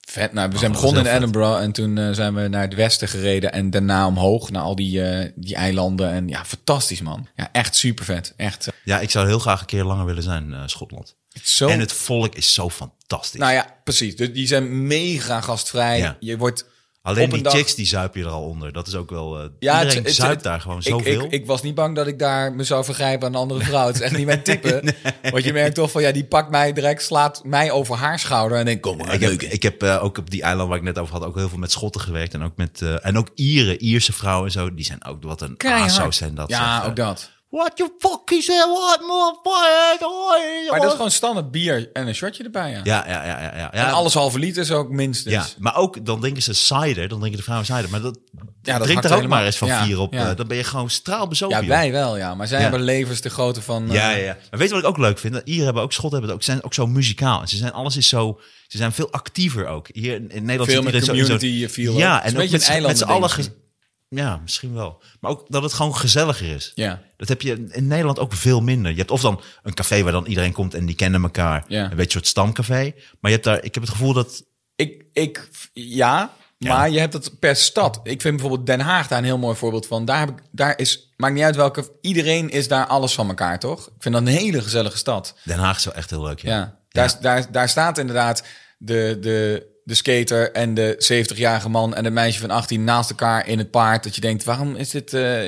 [SPEAKER 3] Vet. Nou, we
[SPEAKER 2] Oh,
[SPEAKER 3] zijn
[SPEAKER 2] dat
[SPEAKER 3] begonnen in
[SPEAKER 2] was heel
[SPEAKER 3] Edinburgh en toen eh, zijn we naar het westen gereden en daarna omhoog naar al die, eh, die eilanden. En ja, fantastisch man. Ja, echt super vet. Echt eh,
[SPEAKER 2] Ja, ik zou heel graag een keer langer willen zijn, eh, Schotland.
[SPEAKER 3] zo.
[SPEAKER 2] En het volk is zo fantastisch.
[SPEAKER 3] Nou ja, precies. Dus die zijn mega gastvrij.
[SPEAKER 2] Ja.
[SPEAKER 3] Je wordt
[SPEAKER 2] Alleen
[SPEAKER 3] op
[SPEAKER 2] die
[SPEAKER 3] een dag-
[SPEAKER 2] chicks, die zuipen je er al onder. Dat is ook wel... eh,
[SPEAKER 3] Ja, het-
[SPEAKER 2] iedereen
[SPEAKER 3] het-
[SPEAKER 2] zuipt
[SPEAKER 3] het-
[SPEAKER 2] daar gewoon
[SPEAKER 3] ik,
[SPEAKER 2] zoveel.
[SPEAKER 3] Ik, ik was niet bang dat ik daar me zou vergrijpen aan een andere vrouw. Het is echt niet mijn type. Want je merkt toch van, ja, die pakt mij direct, slaat mij over haar schouder en denkt, kom maar,
[SPEAKER 2] Ik heb,
[SPEAKER 3] leuk.
[SPEAKER 2] ik heb eh, ook op die eiland waar ik net over had ook heel veel met Schotten gewerkt. En ook, met, eh, en ook Ieren, Ierse vrouwen en zo. Die zijn ook wat een
[SPEAKER 3] Keihard.
[SPEAKER 2] aso zijn dat.
[SPEAKER 3] Ja,
[SPEAKER 2] zeg, eh.
[SPEAKER 3] ook dat.
[SPEAKER 2] What you fucking say, what motherfucker? Hoi,
[SPEAKER 3] Maar dat is
[SPEAKER 2] hoi.
[SPEAKER 3] gewoon standaard bier en een shotje erbij, ja.
[SPEAKER 2] Ja, ja, ja. ja, ja. ja
[SPEAKER 3] En alles halve liter is ook minstens.
[SPEAKER 2] Ja, maar ook dan denken ze cider, dan denken de vrouwen cider. Maar dat,
[SPEAKER 3] dat
[SPEAKER 2] drink
[SPEAKER 3] hakt
[SPEAKER 2] er ook
[SPEAKER 3] helemaal-
[SPEAKER 2] maar eens van
[SPEAKER 3] ja,
[SPEAKER 2] vier op.
[SPEAKER 3] ja.
[SPEAKER 2] eh, dan ben je gewoon straalbezopen.
[SPEAKER 3] Ja,
[SPEAKER 2] joh.
[SPEAKER 3] wij wel, ja. Maar zij
[SPEAKER 2] Ja.
[SPEAKER 3] hebben levens te grote van... eh,
[SPEAKER 2] Ja, ja, ja. Maar weet je wat ik ook leuk vind? Dat Ieren hebben ook, Schotten hebben het ook, zijn ook zo muzikaal. En ze zijn, alles is zo, ze zijn veel actiever ook. Hier in, in Nederland
[SPEAKER 3] Veel
[SPEAKER 2] zit
[SPEAKER 3] met
[SPEAKER 2] iedereen zo in zo'n-
[SPEAKER 3] community eh, feel ook.
[SPEAKER 2] Ja,
[SPEAKER 3] Het is
[SPEAKER 2] en
[SPEAKER 3] een
[SPEAKER 2] ook
[SPEAKER 3] beetje
[SPEAKER 2] met,
[SPEAKER 3] een
[SPEAKER 2] z'n- met z'n allen...
[SPEAKER 3] eilandending
[SPEAKER 2] ge- ja, misschien wel. Maar ook dat het gewoon gezelliger is.
[SPEAKER 3] Ja.
[SPEAKER 2] Dat heb je in Nederland ook veel minder. Je hebt of dan een café waar dan iedereen komt en die kennen elkaar.
[SPEAKER 3] Ja.
[SPEAKER 2] Een beetje een soort stamcafé. Maar je hebt daar, ik heb het gevoel dat...
[SPEAKER 3] Ik, ik, ja, maar je hebt het per stad. Ik vind bijvoorbeeld Den Haag daar een heel mooi voorbeeld van. Daar, heb ik, daar is, maakt niet uit welke... Iedereen is daar alles van elkaar, toch? Ik vind dat een hele gezellige stad.
[SPEAKER 2] Den Haag is wel echt heel leuk,
[SPEAKER 3] Ja, Daar, is- Daar, daar staat inderdaad de, de, de skater en de 70-jarige man... en de meisje van 18 naast elkaar in het paard. Dat je denkt, waarom is dit... eh,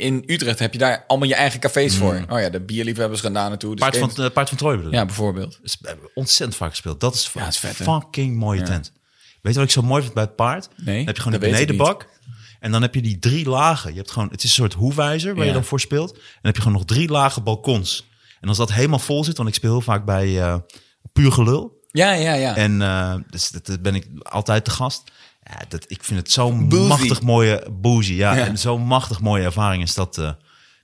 [SPEAKER 3] in Utrecht heb je daar allemaal je eigen cafés voor. Oh ja, de bierliefhebbers gaan daar naartoe. de
[SPEAKER 2] Mm. Paard van,
[SPEAKER 3] skaters-
[SPEAKER 2] eh, Paard van Troje bedoel ik.
[SPEAKER 3] Ja, bijvoorbeeld.
[SPEAKER 2] Dat is- we hebben ontzettend vaak gespeeld. Dat is,
[SPEAKER 3] dat is vet, hè?
[SPEAKER 2] een fucking mooie tent. Weet je wat ik zo mooi vind bij het paard?
[SPEAKER 3] Nee,
[SPEAKER 2] dan heb je gewoon
[SPEAKER 3] dat
[SPEAKER 2] een
[SPEAKER 3] weet ik
[SPEAKER 2] benedenbak. En dan heb je die drie lagen. Je hebt gewoon, het is een soort hoewijzer waar
[SPEAKER 3] Ja.
[SPEAKER 2] je dan voor speelt. En dan heb je gewoon nog drie lagen balkons. En als dat helemaal vol zit, want ik speel heel vaak bij eh, Puur Gelul.
[SPEAKER 3] Ja, ja, ja.
[SPEAKER 2] En eh, dus dat, dat ben ik altijd te gast. Ja, dat, ik vind het zo'n
[SPEAKER 3] Boozy.
[SPEAKER 2] machtig mooie boozy. Ja,
[SPEAKER 3] Ja.
[SPEAKER 2] en zo'n machtig mooie ervaring is dat. eh,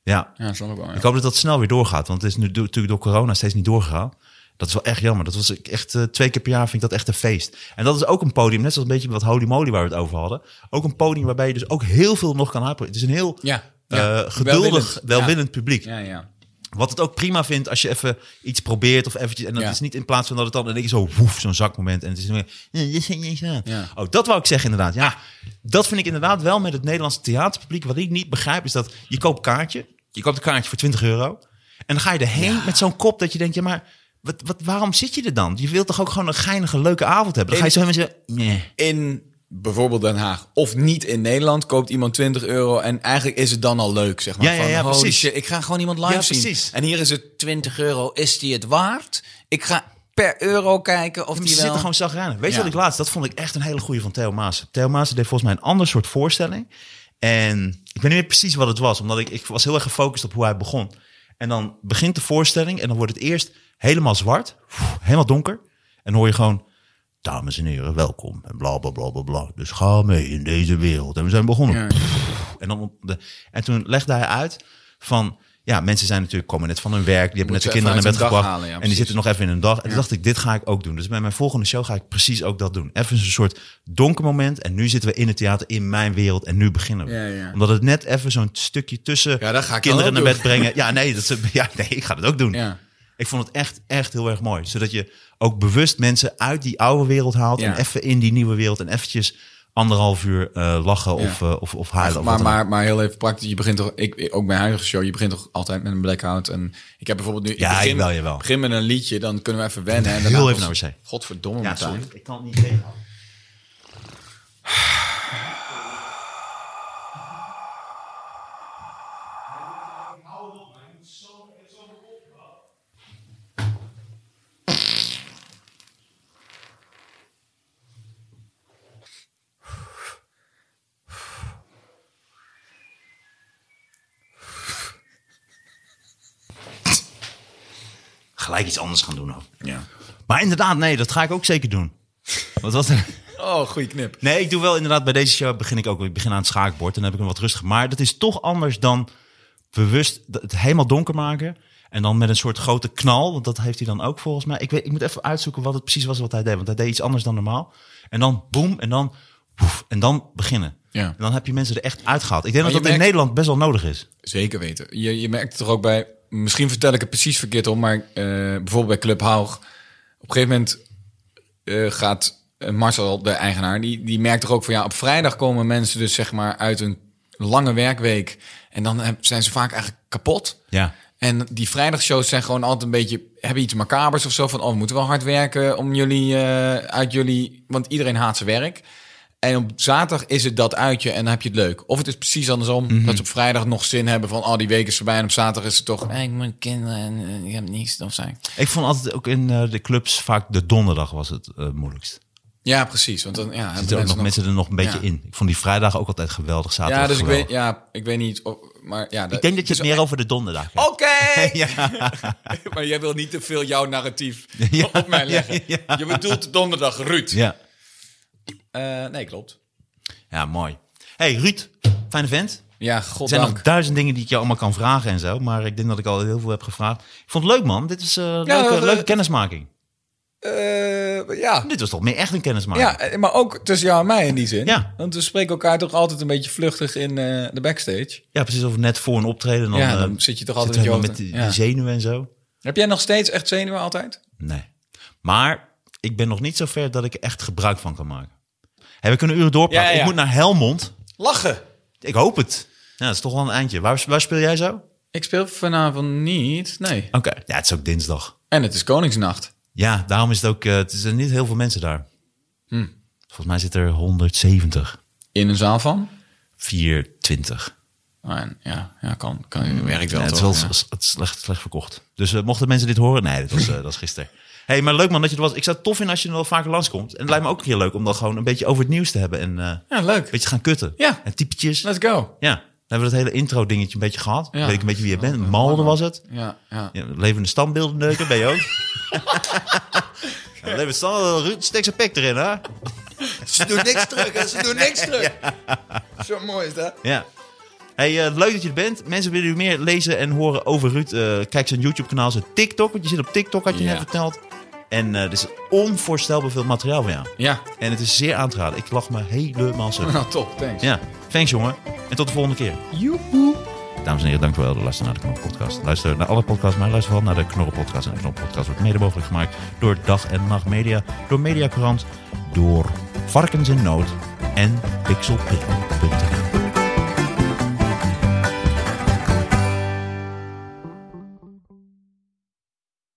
[SPEAKER 2] ja,
[SPEAKER 3] ja, snap ik wel. ja.
[SPEAKER 2] ik hoop dat dat snel weer doorgaat. Want het is nu do- natuurlijk door corona steeds niet doorgegaan. Dat is wel echt jammer. Dat was ik echt eh, twee keer per jaar vind ik dat echt een feest. En dat is ook een podium, net zoals een beetje wat Holy Moly waar we het over hadden. Ook een podium waarbij je dus ook heel veel nog kan uitproberen. Het is een heel
[SPEAKER 3] Ja,
[SPEAKER 2] eh,
[SPEAKER 3] ja.
[SPEAKER 2] geduldig,
[SPEAKER 3] Welwillend.
[SPEAKER 2] welwillend, publiek.
[SPEAKER 3] Ja, ja.
[SPEAKER 2] Wat het ook prima vindt als je even iets probeert of eventjes... En dat
[SPEAKER 3] Ja.
[SPEAKER 2] is niet in plaats van dat het dan in één keer zo woef, zo'n zakmoment. En het is meer... eh, dit vind ik niet aan.
[SPEAKER 3] Ja.
[SPEAKER 2] Oh, dat wou ik zeggen inderdaad. Ja, dat vind ik inderdaad wel met het Nederlandse theaterpubliek. Wat ik niet begrijp is dat je koopt kaartje. Je koopt een kaartje voor 20 euro. En dan ga je erheen met zo'n kop dat je denkt... Ja, maar wat, wat, waarom zit je er dan? Je wilt toch ook gewoon een geinige, leuke avond hebben? Dan ga je zo helemaal zeggen... Nee.
[SPEAKER 3] In bijvoorbeeld Den Haag of niet in Nederland koopt iemand 20 euro en eigenlijk is het dan al leuk, zeg maar.
[SPEAKER 2] Ja, ja, ja,
[SPEAKER 3] van, holy
[SPEAKER 2] precies.
[SPEAKER 3] shit, ik ga gewoon iemand live
[SPEAKER 2] Ja,
[SPEAKER 3] zien.
[SPEAKER 2] precies.
[SPEAKER 3] En hier is het 20 euro, is die het waard? Ik ga per euro kijken of
[SPEAKER 2] Ja, maar
[SPEAKER 3] die
[SPEAKER 2] Ze
[SPEAKER 3] wel...
[SPEAKER 2] zitten gewoon zagrijnig. Weet je
[SPEAKER 3] Ja.
[SPEAKER 2] wat ik laatst... Dat vond ik echt een hele goeie van Theo Maas. Theo Maas deed volgens mij een ander soort voorstelling. En ik weet niet meer precies wat het was. Omdat ik, ik was heel erg gefocust op hoe hij begon. En dan begint de voorstelling. En dan wordt het eerst helemaal zwart. pff, Helemaal donker. En dan hoor je gewoon... Dames en heren, welkom. En bla, bla, bla, bla, bla. Dus ga mee in deze wereld. En we zijn begonnen. En, dan op de, en toen legde hij uit van... Ja, mensen zijn natuurlijk komen net van hun werk. Die hebben net
[SPEAKER 3] Moeten
[SPEAKER 2] de kinderen naar
[SPEAKER 3] even
[SPEAKER 2] bed
[SPEAKER 3] uit hun dag
[SPEAKER 2] gebracht.
[SPEAKER 3] halen, ja,
[SPEAKER 2] en die
[SPEAKER 3] precies.
[SPEAKER 2] zitten nog even in een dag. En toen dacht ik, dit ga ik ook doen. Dus bij mijn volgende show ga ik precies ook dat doen. Even een soort donker moment. En nu zitten we in het theater, in mijn wereld. En nu beginnen we.
[SPEAKER 3] Ja, ja.
[SPEAKER 2] Omdat het net even zo'n stukje tussen
[SPEAKER 3] Ja, dat ga ik dan
[SPEAKER 2] kinderen naar
[SPEAKER 3] ook
[SPEAKER 2] bed
[SPEAKER 3] doen.
[SPEAKER 2] brengen. Ja nee, dat, is- ja, nee, ik ga dat ook doen.
[SPEAKER 3] Ja.
[SPEAKER 2] Ik vond het echt, echt heel erg mooi. Zodat je ook bewust mensen uit die oude wereld haalt.
[SPEAKER 3] Ja.
[SPEAKER 2] En even in die nieuwe wereld. En eventjes anderhalf uur eh, lachen of, eh, of, of huilen. of wat
[SPEAKER 3] Maar,
[SPEAKER 2] dan ook.
[SPEAKER 3] maar, maar heel even praktisch, je begint toch, ik, ook mijn huidige show, je begint toch altijd met een blackout. En ik heb bijvoorbeeld nu, ik
[SPEAKER 2] Ja, ik
[SPEAKER 3] begin,
[SPEAKER 2] wel, jawel.
[SPEAKER 3] begin met een liedje, dan kunnen we even wennen. En
[SPEAKER 2] Heel
[SPEAKER 3] daarna
[SPEAKER 2] even
[SPEAKER 3] pas-
[SPEAKER 2] naar wc.
[SPEAKER 3] Godverdomme,
[SPEAKER 2] Ja,
[SPEAKER 3] Martijn.
[SPEAKER 2] sorry, ik kan het niet tegen. gelijk iets anders gaan doen. Ook.
[SPEAKER 3] Ja.
[SPEAKER 2] Maar inderdaad, nee, dat ga ik ook zeker doen. Wat was er?
[SPEAKER 3] Oh, goede knip.
[SPEAKER 2] Nee, ik doe wel inderdaad bij deze show begin ik ook. Ik begin aan het schaakbord en dan heb ik hem wat rustig. Maar dat is toch anders dan bewust het helemaal donker maken. En dan met een soort grote knal. Want dat heeft hij dan ook volgens mij. Ik, weet, ik moet even uitzoeken wat het precies was wat hij deed. Want hij deed iets anders dan normaal. En dan boem. En dan woef, En dan beginnen.
[SPEAKER 3] Ja.
[SPEAKER 2] En dan heb je mensen er echt uitgehaald. Ik denk
[SPEAKER 3] Maar
[SPEAKER 2] dat dat
[SPEAKER 3] je
[SPEAKER 2] in
[SPEAKER 3] merkt-
[SPEAKER 2] Nederland best wel nodig is.
[SPEAKER 3] Zeker weten. Je, je merkt het toch ook bij... Misschien vertel ik het precies verkeerd om, maar eh, bijvoorbeeld bij Club Haug... Op een gegeven moment eh, gaat eh, Marcel, de eigenaar, die, die merkt toch ook van... Ja, op vrijdag komen mensen dus zeg maar uit een lange werkweek... en dan heb- zijn ze vaak eigenlijk kapot.
[SPEAKER 2] Ja.
[SPEAKER 3] En die vrijdagshows zijn gewoon altijd een beetje... hebben iets macabers of zo van... oh, we moeten wel hard werken om jullie eh, uit jullie... want iedereen haat zijn werk. En op zaterdag is het dat uitje en dan heb je het leuk. Of het is precies andersom. Dat ze op vrijdag nog zin hebben van... oh, die week is voorbij en op zaterdag is het toch... eh, ik moet kinderen en eh, ik heb niets of zijn.
[SPEAKER 2] Ik vond altijd ook in eh, de clubs vaak de donderdag was het eh, moeilijkst.
[SPEAKER 3] Ja, precies. Want dan ja, hebben
[SPEAKER 2] Er zitten ook nog mensen er nog een beetje
[SPEAKER 3] Ja.
[SPEAKER 2] in. Ik vond die vrijdag ook altijd geweldig. Zaterdag
[SPEAKER 3] Ja, dus ik
[SPEAKER 2] geweldig.
[SPEAKER 3] weet, ja, ik weet niet... of- maar ja, dus-
[SPEAKER 2] Ik denk dat je het meer over de donderdag hebt.
[SPEAKER 3] Oké! maar jij wil niet te veel jouw narratief
[SPEAKER 2] Ja.
[SPEAKER 3] op mij leggen.
[SPEAKER 2] Ja,
[SPEAKER 3] Je bedoelt donderdag Ruud.
[SPEAKER 2] Ja.
[SPEAKER 3] Eh, nee, klopt.
[SPEAKER 2] ja, mooi. hey, Ruud, fijne vent.
[SPEAKER 3] Ja,
[SPEAKER 2] Er zijn
[SPEAKER 3] goddank.
[SPEAKER 2] nog duizend dingen die ik je allemaal kan vragen en zo. Maar ik denk dat ik al heel veel heb gevraagd. Ik vond het leuk, man. Dit is eh, leuke,
[SPEAKER 3] eh,
[SPEAKER 2] leuke kennismaking.
[SPEAKER 3] Eh, ja.
[SPEAKER 2] Dit was toch meer echt een kennismaking?
[SPEAKER 3] ja, eh, maar ook tussen jou en mij in die zin.
[SPEAKER 2] Ja.
[SPEAKER 3] Want we spreken elkaar toch altijd een beetje vluchtig in eh, de backstage.
[SPEAKER 2] Ja, precies. Of net voor een optreden. Dan,
[SPEAKER 3] Ja, dan
[SPEAKER 2] eh,
[SPEAKER 3] zit je toch altijd
[SPEAKER 2] zitten we
[SPEAKER 3] met
[SPEAKER 2] met
[SPEAKER 3] je
[SPEAKER 2] die,
[SPEAKER 3] hoofd-
[SPEAKER 2] die zenuwen en zo.
[SPEAKER 3] Heb jij nog steeds echt zenuwen altijd?
[SPEAKER 2] Nee. Maar ik ben nog niet zo ver dat ik er echt gebruik van kan maken. Hey, we kunnen uren doorpraten.
[SPEAKER 3] Ja, ja.
[SPEAKER 2] Ik moet naar Helmond.
[SPEAKER 3] Lachen!
[SPEAKER 2] Ik hoop het. Ja, dat is toch wel een eindje. Waar, waar speel jij zo? Oké.
[SPEAKER 3] Ik speel vanavond niet, nee.
[SPEAKER 2] Ja, het is ook dinsdag.
[SPEAKER 3] En het is Koningsnacht.
[SPEAKER 2] Ja, daarom is het ook. eh, het is er niet heel veel mensen daar.
[SPEAKER 3] Hmm.
[SPEAKER 2] Volgens mij zit er 170,
[SPEAKER 3] In een zaal van?
[SPEAKER 2] 420.
[SPEAKER 3] Ah, en- ja, ja, kan, kan, werkt wel
[SPEAKER 2] Ja, het is
[SPEAKER 3] toch?
[SPEAKER 2] wel
[SPEAKER 3] Hmm. ja.
[SPEAKER 2] s- s- slecht, slecht verkocht. Dus eh, mochten mensen dit horen? Nee, dat was, eh, dat was gisteren. hey, maar leuk man dat je er was. Ik zou het tof vinden als je er wel vaker langskomt. En het lijkt me ook een keer leuk om dan gewoon een beetje over het nieuws te hebben. En eh,
[SPEAKER 3] Ja,
[SPEAKER 2] een
[SPEAKER 3] leuk.
[SPEAKER 2] beetje gaan kutten.
[SPEAKER 3] Ja.
[SPEAKER 2] En typetjes.
[SPEAKER 3] Let's go.
[SPEAKER 2] Ja, dan hebben we dat hele intro dingetje een beetje gehad.
[SPEAKER 3] Ja.
[SPEAKER 2] Dan Weet ik een beetje wie je bent. Malden was het.
[SPEAKER 3] Ja, ja.
[SPEAKER 2] Ja, levende standbeelden neuken, ben je ook? ja, levende standbeelden, Ruud, steek zijn pik erin, hè?
[SPEAKER 3] Ze doen niks terug, hè? ze doen niks terug. Zo mooi is dat.
[SPEAKER 2] Ja. Hey, eh, leuk dat je er bent. Mensen willen u meer lezen en horen over Ruud. Eh, kijk zijn YouTube-kanaal, zijn TikTok. Want je zit op TikTok, had je
[SPEAKER 3] Ja.
[SPEAKER 2] net verteld. En eh, er is onvoorstelbaar veel materiaal van jou.
[SPEAKER 3] Ja,
[SPEAKER 2] En het is zeer aan te raden. Ik lach me helemaal zo.
[SPEAKER 3] nou top, thanks.
[SPEAKER 2] Ja, thanks jongen. En tot de volgende keer. Dames en heren, dank u wel. Luister naar de Knorren Podcast. Luister naar alle podcasts, maar luister vooral naar de Knorren Podcast. En de Knorren Podcast wordt mede mogelijk gemaakt door Dag en Nacht Media, door Mediacourant, door Varkens in Nood en pixelpit.nl.